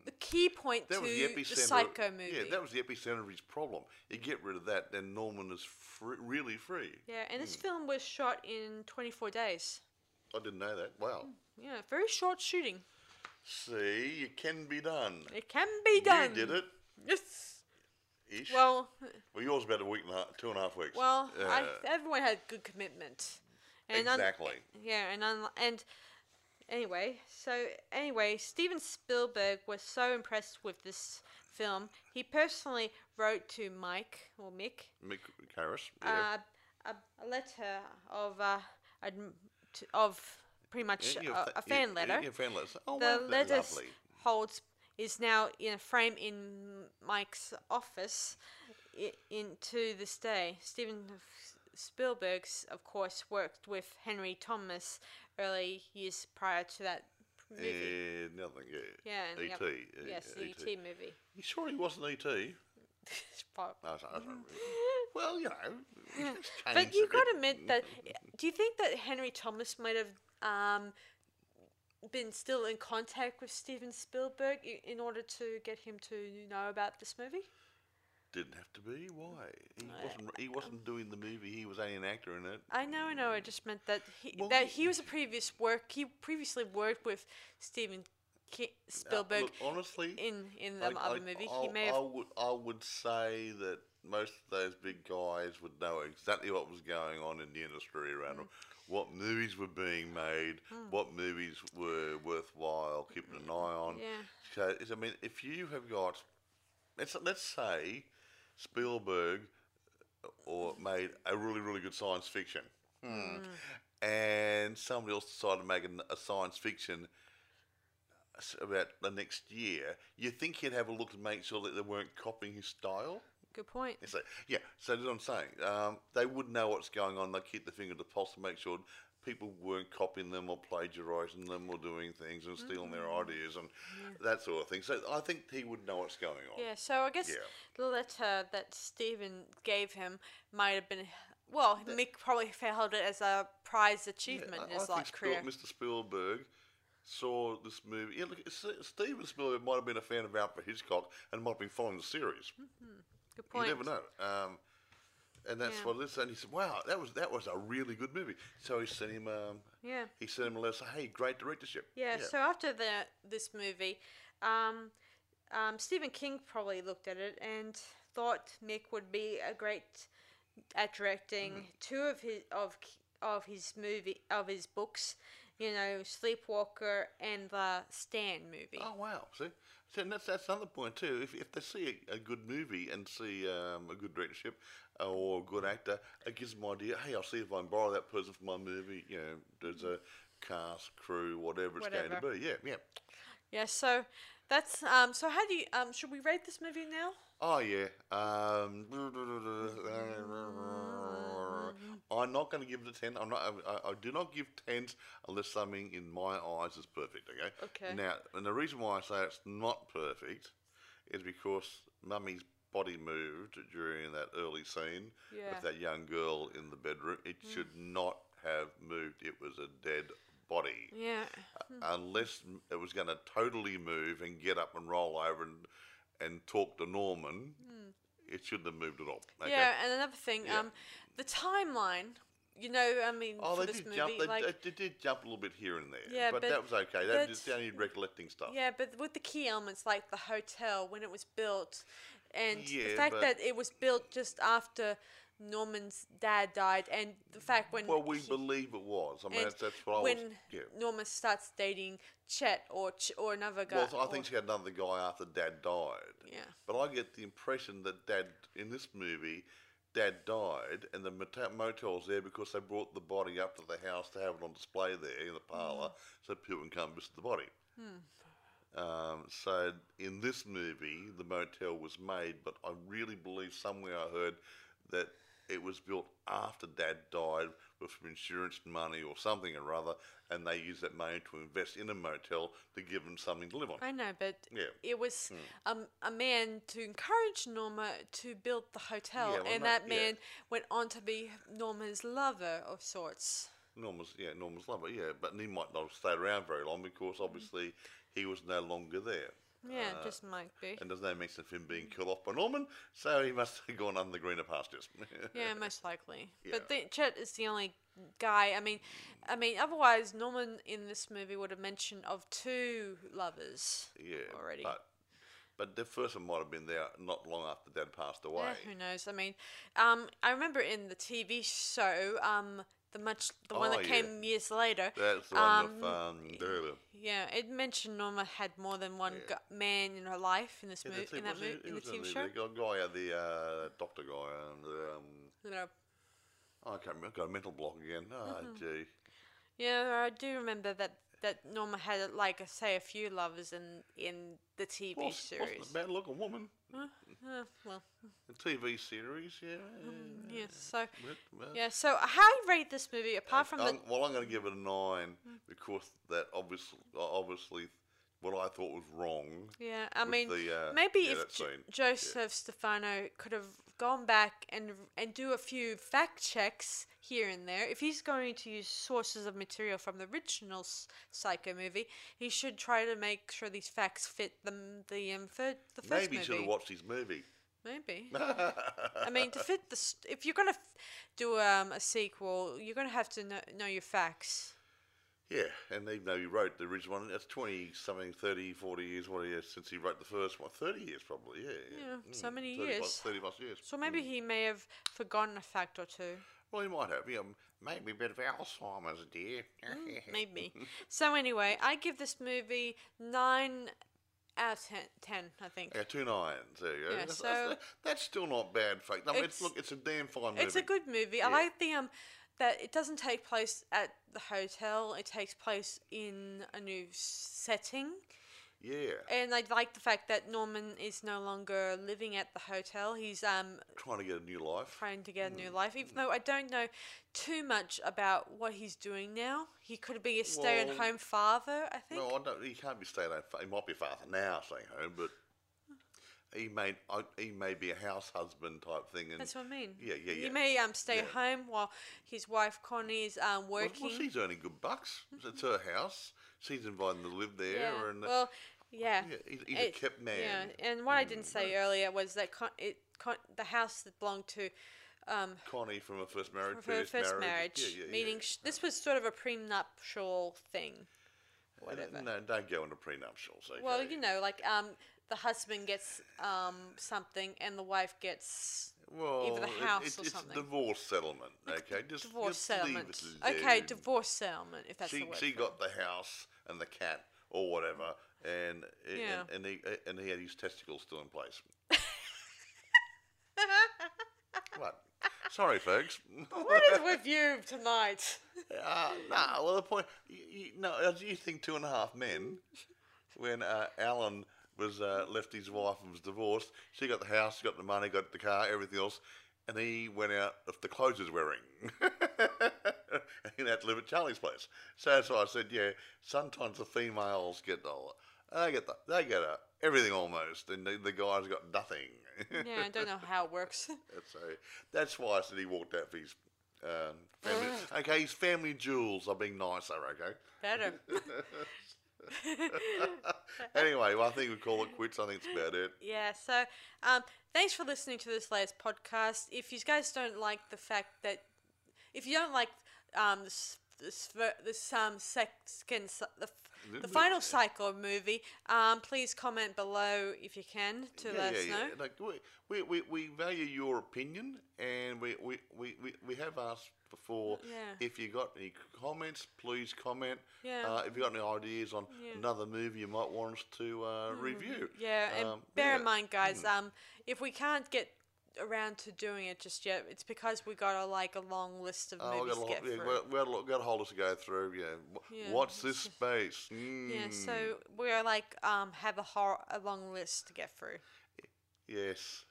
Speaker 1: the key point
Speaker 2: Hmm.
Speaker 1: to
Speaker 2: That was the
Speaker 1: the,
Speaker 2: epicenter.
Speaker 1: psycho movie.
Speaker 2: Yeah, that was the epicenter of his problem. You get rid of that, then Norman is free, really free.
Speaker 1: Yeah, and
Speaker 2: Hmm.
Speaker 1: this film was shot in 24 days.
Speaker 2: I didn't know that.
Speaker 1: Hmm.
Speaker 2: Wow.
Speaker 1: Yeah, very short shooting.
Speaker 2: See, it can be done.
Speaker 1: It can be done.
Speaker 2: You did it.
Speaker 1: Yes.
Speaker 2: Ish.
Speaker 1: Well,
Speaker 2: well, yours about a week and a half, two and a half weeks.
Speaker 1: well, I,
Speaker 2: Yeah,
Speaker 1: everyone had good commitment. And un-
Speaker 2: exactly.
Speaker 1: Yeah, and un- and anyway, so anyway, Steven Spielberg was so impressed with this film, he personally wrote to Mike or Mick
Speaker 2: Mick Harris. Yeah.
Speaker 1: uh, a, a letter of uh, adm- to, of pretty much
Speaker 2: Yeah, your
Speaker 1: a,
Speaker 2: Uh, fa-
Speaker 1: uh, a fan
Speaker 2: your-
Speaker 1: letter.
Speaker 2: your fan letters. Oh,
Speaker 1: The
Speaker 2: wow,
Speaker 1: letter
Speaker 2: that's
Speaker 1: s-
Speaker 2: lovely.
Speaker 1: holds is now in a frame in Mike's office. i- Into this day, Steven F- Spielberg's, of course, worked with Henry Thomas early years prior to that movie.
Speaker 2: And Eh, nothing, yeah. E
Speaker 1: yeah, and
Speaker 2: E.T.
Speaker 1: yep.
Speaker 2: yeah,
Speaker 1: yes, E the
Speaker 2: E.T.
Speaker 1: ET movie.
Speaker 2: You sure he wasn't E E.T.?
Speaker 1: It's prob-
Speaker 2: No, I don't- I don't really- well, you know. it's
Speaker 1: Mm-hmm. But
Speaker 2: changed
Speaker 1: you
Speaker 2: a
Speaker 1: got
Speaker 2: bit.
Speaker 1: to admit that. Do you think that Henry Thomas might have um, been still in contact with Steven Spielberg i- in order to get him to know about this movie?
Speaker 2: Didn't have to be. Why? He wasn't, he wasn't doing the movie. He was only an actor in it.
Speaker 1: I know, I know. I just meant that he,
Speaker 2: Well,
Speaker 1: that
Speaker 2: he-
Speaker 1: he was a previous work. He previously worked with Steven Ki-
Speaker 2: Uh, look,
Speaker 1: Spielberg
Speaker 2: honestly.
Speaker 1: in in the other movie. he
Speaker 2: I'll-
Speaker 1: may have.
Speaker 2: I would, I would say
Speaker 1: Hmm.
Speaker 2: that most of those big guys would know exactly what was going on in the industry around them. what movies were being made, what movies were worthwhile keeping an eye on.
Speaker 1: Yeah.
Speaker 2: So, it's- I mean, if you have got, let's let's say, Spielberg, uh, or made a really really good science fiction, and somebody else decided to make an, a science fiction s- about the next year, you think he'd have a look to make sure that they weren't copying his style.
Speaker 1: Good point.
Speaker 2: It's like, yeah, so that's what I'm saying. Um, they would know what's going on. They keep the finger to the pulse to make sure people weren't copying them or plagiarising them or doing things and stealing their
Speaker 1: Mm.
Speaker 2: ideas and that sort of thing. So I think he would know what's going on.
Speaker 1: Yeah, so I guess
Speaker 2: Yeah.
Speaker 1: the letter that Stephen gave him might have been, well, Mick probably held it as a prize achievement
Speaker 2: I-
Speaker 1: in
Speaker 2: I
Speaker 1: his
Speaker 2: think
Speaker 1: like
Speaker 2: Spiel-
Speaker 1: career.
Speaker 2: Mr. Spielberg saw this movie. Yeah, look, S- Steven Spielberg might have been a fan of Alfred Hitchcock and might have been following the series.
Speaker 1: Good point.
Speaker 2: You never know. Um, and that's
Speaker 1: Yeah.
Speaker 2: what it is. And he said, "Wow, that was that was a really good movie." So he sent him. Um,
Speaker 1: Yeah.
Speaker 2: He sent him a letter. Hey, great directorship.
Speaker 1: Yeah, so after the this movie, um, um, Stephen King probably looked at it and thought Mick would be a great at directing
Speaker 2: Mm.
Speaker 1: two of his of K- of his movie of his books, you know, Sleepwalker and the Stand movie.
Speaker 2: Oh wow! See, see and that's that's another point too. If, if they see a, a good movie and see um, a good directorship uh, or a good actor, it gives them an idea. Hey, I'll see if I can borrow that person for my movie. You know, there's a cast, crew, whatever it's going
Speaker 1: Mm-hmm. Whatever.
Speaker 2: to be. Yeah, yeah.
Speaker 1: Yeah, so that's um. So how do you um? Should we rate this movie now?
Speaker 2: Oh yeah. Um, I'm not going to give it a ten. I'm not. I- I, I do not give tens unless something in my eyes is perfect. Okay.
Speaker 1: Okay.
Speaker 2: Now, and the reason why I say it's not perfect is because Mummy's body moved during that early scene
Speaker 1: Yeah. Mm.
Speaker 2: with that young girl in the bedroom. It should not have moved. It was a dead body
Speaker 1: Yeah.
Speaker 2: unless m- it was going to totally move and get up and roll over and and talk to Norman, it shouldn't have moved at all.
Speaker 1: Hmm.
Speaker 2: okay?
Speaker 1: Yeah, and another thing,
Speaker 2: Yeah.
Speaker 1: um, the timeline. You know, I mean,
Speaker 2: Oh,
Speaker 1: for
Speaker 2: they
Speaker 1: this
Speaker 2: did
Speaker 1: movie,
Speaker 2: jump. They,
Speaker 1: like
Speaker 2: they- they did jump a little bit here and there.
Speaker 1: Yeah,
Speaker 2: but,
Speaker 1: but-
Speaker 2: that was okay. That
Speaker 1: but-
Speaker 2: was the only recollecting stuff.
Speaker 1: Yeah, but with the key elements like the hotel when it was built, and the
Speaker 2: Yeah,
Speaker 1: fact
Speaker 2: but-
Speaker 1: that it was built just after Norman's dad died, and the fact when
Speaker 2: Well, we
Speaker 1: he-
Speaker 2: believe it was. I mean,
Speaker 1: and
Speaker 2: that's, that's what
Speaker 1: when
Speaker 2: I was. Yeah.
Speaker 1: Norman starts dating Chet or Ch- or another guy.
Speaker 2: Well, so I think
Speaker 1: or-
Speaker 2: she had another guy after Dad died.
Speaker 1: Yeah.
Speaker 2: But I get the impression that Dad in this movie, Dad died, and the mota- motel's there because they brought the body up to the house to have it on display there in the parlour, so people can come visit the body. Um, so in this movie, the motel was made, but I really believe somewhere I heard that it was built after Dad died with some insurance money or something or other, and they used that money to invest in a motel to give them something to live on.
Speaker 1: I know, but
Speaker 2: Yeah.
Speaker 1: it was
Speaker 2: Hmm.
Speaker 1: um, a man to encourage Norma to build the hotel,
Speaker 2: Yeah, well,
Speaker 1: and
Speaker 2: no-
Speaker 1: that
Speaker 2: yeah.
Speaker 1: man went on to be Norma's lover of sorts.
Speaker 2: Norma's, yeah, Norma's lover, yeah, but he might not have stayed around very long because
Speaker 1: Mm.
Speaker 2: obviously he was no longer there.
Speaker 1: Yeah,
Speaker 2: Uh,
Speaker 1: just might be.
Speaker 2: And there's no mention of him being killed off by Norman, so he must have gone under the greener pastures.
Speaker 1: Yeah, most likely. But
Speaker 2: uh, Yeah.
Speaker 1: the, Chet is the only guy. I mean, I mean, otherwise Norman in this movie would have mentioned of two lovers.
Speaker 2: yeah,
Speaker 1: already.
Speaker 2: But, but the first one might have been there not long after Dad passed away.
Speaker 1: Eh, who knows? I mean, um, I remember in the TV show, um, the much the one
Speaker 2: Oh,
Speaker 1: that
Speaker 2: yeah.
Speaker 1: came years later.
Speaker 2: That's the one
Speaker 1: um,
Speaker 2: with um, Derrida.
Speaker 1: yeah, it mentioned Norma had more than one
Speaker 2: Yeah.
Speaker 1: gu- man in her life in this
Speaker 2: Yeah,
Speaker 1: movie,
Speaker 2: that's it,
Speaker 1: in that
Speaker 2: wasn't
Speaker 1: movie,
Speaker 2: it? It
Speaker 1: in the
Speaker 2: was
Speaker 1: TV
Speaker 2: the-
Speaker 1: show.
Speaker 2: The guy, uh, the uh, doctor guy, and um,
Speaker 1: No.
Speaker 2: I can't remember. I've got a mental block again.
Speaker 1: Uh-huh.
Speaker 2: Oh, gee.
Speaker 1: Yeah, I do remember that that Norma had like I say a few lovers in in the TV
Speaker 2: Wasn't-
Speaker 1: series.
Speaker 2: Wasn't a bad looking woman.
Speaker 1: Uh, well,
Speaker 2: A TV series, yeah.
Speaker 1: yeah. So
Speaker 2: Well, well,
Speaker 1: Yeah, so how you rate this movie apart from the Hmm.
Speaker 2: I'm- well, I'm going to give it a nine because that obviously, obviously, what I thought was wrong.
Speaker 1: yeah, I
Speaker 2: with
Speaker 1: mean
Speaker 2: the, uh,
Speaker 1: maybe
Speaker 2: yeah, that
Speaker 1: if Jo-
Speaker 2: scene, yeah.
Speaker 1: Joseph Stefano could have gone back and and do a few fact checks here and there. If he's going to use sources of material from the original s- Psycho movie, he should try to make sure these facts fit the m- the um, fir- the first
Speaker 2: Maybe you should
Speaker 1: movie.
Speaker 2: have watched his movie.
Speaker 1: maybe. I mean, to fit the st- if you're gonna f- do um, a sequel, you're gonna have to know, know your facts.
Speaker 2: Yeah, and even though he wrote the original one, that's 20 something, 30, 40 years, what it is, since he wrote the first one. 30 years, probably, yeah.
Speaker 1: Yeah, so many
Speaker 2: 30 plus-
Speaker 1: years.
Speaker 2: 30 plus years.
Speaker 1: So maybe he may have forgotten a fact or two.
Speaker 2: Well, he might have. Yeah, Maybe a bit of Alzheimer's, dear.
Speaker 1: Hmm. Mm, Maybe. so anyway, I give this movie nine out of ten. 10 I think.
Speaker 2: Yeah, two nines. There you go.
Speaker 1: Yeah,
Speaker 2: that's,
Speaker 1: so-
Speaker 2: that's, that's still not bad. Fact. I mean,
Speaker 1: It's-
Speaker 2: it's, look, it's a damn fine movie.
Speaker 1: It's a good movie. I like the um that it doesn't take place at the hotel. It takes place in a new setting.
Speaker 2: yeah.
Speaker 1: And I like the fact that Norman is no longer living at the hotel. He's um
Speaker 2: Trying to get a new life.
Speaker 1: trying to get a new life. Even though I don't know too much about what he's doing now. He could be a stay-at-home father, I think.
Speaker 2: Well, I don't, he can't be staying at home. He might be a father now, staying home, but he may I- he may be a house husband type thing. And
Speaker 1: That's what I mean.
Speaker 2: Yeah, yeah, yeah.
Speaker 1: He may um stay
Speaker 2: Yeah.
Speaker 1: home while his wife Connie is um
Speaker 2: Well,
Speaker 1: working. Mm-hmm.
Speaker 2: well, she's earning good bucks. It's her house. She's inviting them to live there,
Speaker 1: yeah.
Speaker 2: and uh,
Speaker 1: well, yeah.
Speaker 2: yeah, he's, he's a
Speaker 1: It-
Speaker 2: kept man. Mm,
Speaker 1: Yeah, and what I didn't say earlier was that con- it con- the house that belonged to um,
Speaker 2: Connie from her first marriage.
Speaker 1: her
Speaker 2: previous
Speaker 1: first
Speaker 2: marriage,
Speaker 1: marriage, meaning sh- this
Speaker 2: Uh-huh.
Speaker 1: was sort of a prenuptial thing.
Speaker 2: And, uh,
Speaker 1: Whatever.
Speaker 2: No, don't go into prenuptials. Okay?
Speaker 1: Well, you know, like um, the husband gets um something and the wife gets
Speaker 2: well,
Speaker 1: either the
Speaker 2: it-
Speaker 1: house
Speaker 2: it's,
Speaker 1: or
Speaker 2: it's
Speaker 1: something.
Speaker 2: divorce settlement. Okay, just
Speaker 1: divorce
Speaker 2: just leave
Speaker 1: settlement.
Speaker 2: it
Speaker 1: Okay,
Speaker 2: alone.
Speaker 1: divorce settlement. If that's
Speaker 2: she
Speaker 1: the word.
Speaker 2: she
Speaker 1: for it.
Speaker 2: got the house and the cat or whatever, and and,
Speaker 1: Yeah.
Speaker 2: and he and he had his testicles still in place. what? Sorry, folks.
Speaker 1: what is with you tonight?
Speaker 2: Uh, no, well, the point. You, you, no, as you think Two and a Half Men, when uh, Alan was uh, left his wife and was divorced, she got the house, she got the money, got the car, everything else, and he went out of the clothes he was wearing. and had to live at Charlie's place. So that's why I said, yeah, sometimes the females get the, they get the, they get uh everything almost, and the, the guy's got nothing.
Speaker 1: Yeah, I don't know how it works.
Speaker 2: So that's why I said he walked out for his um, family.
Speaker 1: Mm.
Speaker 2: okay, his family jewels are being nicer. Okay.
Speaker 1: Better.
Speaker 2: Anyway, well, I think we call it quits. I think it's about it.
Speaker 1: Yeah, so um, thanks for listening to this latest podcast. If you guys don't like the fact that, if you don't like um, this, this, ver- this um, second, s- the, f- the final cycle movie, um, please comment below if you can to let us know.
Speaker 2: Like we, we, we, we value your opinion, and we, we, we, we, we have asked before.
Speaker 1: Mm, Yeah.
Speaker 2: If you got any comments, please comment.
Speaker 1: Yeah.
Speaker 2: Uh, if you got any ideas on
Speaker 1: Yeah. Hmm.
Speaker 2: another movie you might want us to uh, review.
Speaker 1: Yeah, and
Speaker 2: Um,
Speaker 1: bear in
Speaker 2: yeah.
Speaker 1: mind, guys, um, if we can't get around to doing it just yet, it's because we got a like a long list of
Speaker 2: Oh, we
Speaker 1: movies
Speaker 2: got a
Speaker 1: to
Speaker 2: lot,
Speaker 1: get
Speaker 2: yeah,
Speaker 1: through.
Speaker 2: we got a lot, got a whole list to go through. Yeah.
Speaker 1: Yeah.
Speaker 2: What's this space? Mm.
Speaker 1: yeah, so we're like um have a hor- a long list to get through.
Speaker 2: Yes.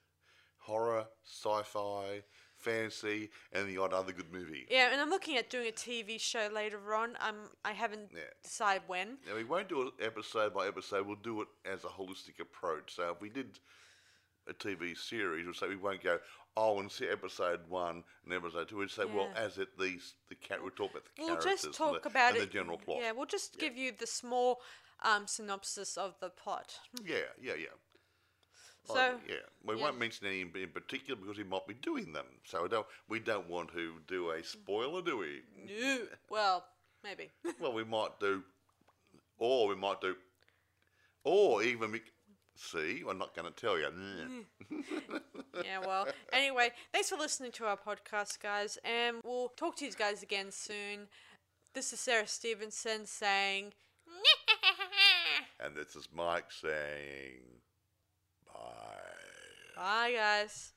Speaker 2: Horror, sci-fi, fantasy, and the odd other good movie.
Speaker 1: Yeah, and I'm looking at doing a TV show later on. Um, I haven't
Speaker 2: Yeah.
Speaker 1: decided when.
Speaker 2: Now we won't do it episode by episode. We'll do it as a holistic approach. So if we did a TV series, we'll say we won't go. Oh, and see episode one and episode two. We'd say, well,
Speaker 1: Yeah.
Speaker 2: as it these the cat. We'll talk about the
Speaker 1: We'll
Speaker 2: characters
Speaker 1: just talk
Speaker 2: and the,
Speaker 1: about
Speaker 2: and
Speaker 1: it.
Speaker 2: the general plot.
Speaker 1: Yeah, we'll just give you the small um, synopsis of the plot.
Speaker 2: Yeah, yeah, yeah. Oh,
Speaker 1: So,
Speaker 2: yeah, we
Speaker 1: yeah.
Speaker 2: won't mention any in, in particular because he might be doing them. So we don't we don't want to do a spoiler, do we?
Speaker 1: No, well, maybe.
Speaker 2: well, we might do, or we might do, or even we, see, I'm not going to tell you. Mm.
Speaker 1: yeah, well. Anyway, thanks for listening to our podcast, guys, and we'll talk to you guys again soon. This is Sarah Stevenson saying.
Speaker 2: And this is Mike saying, bye.
Speaker 1: Bye, guys.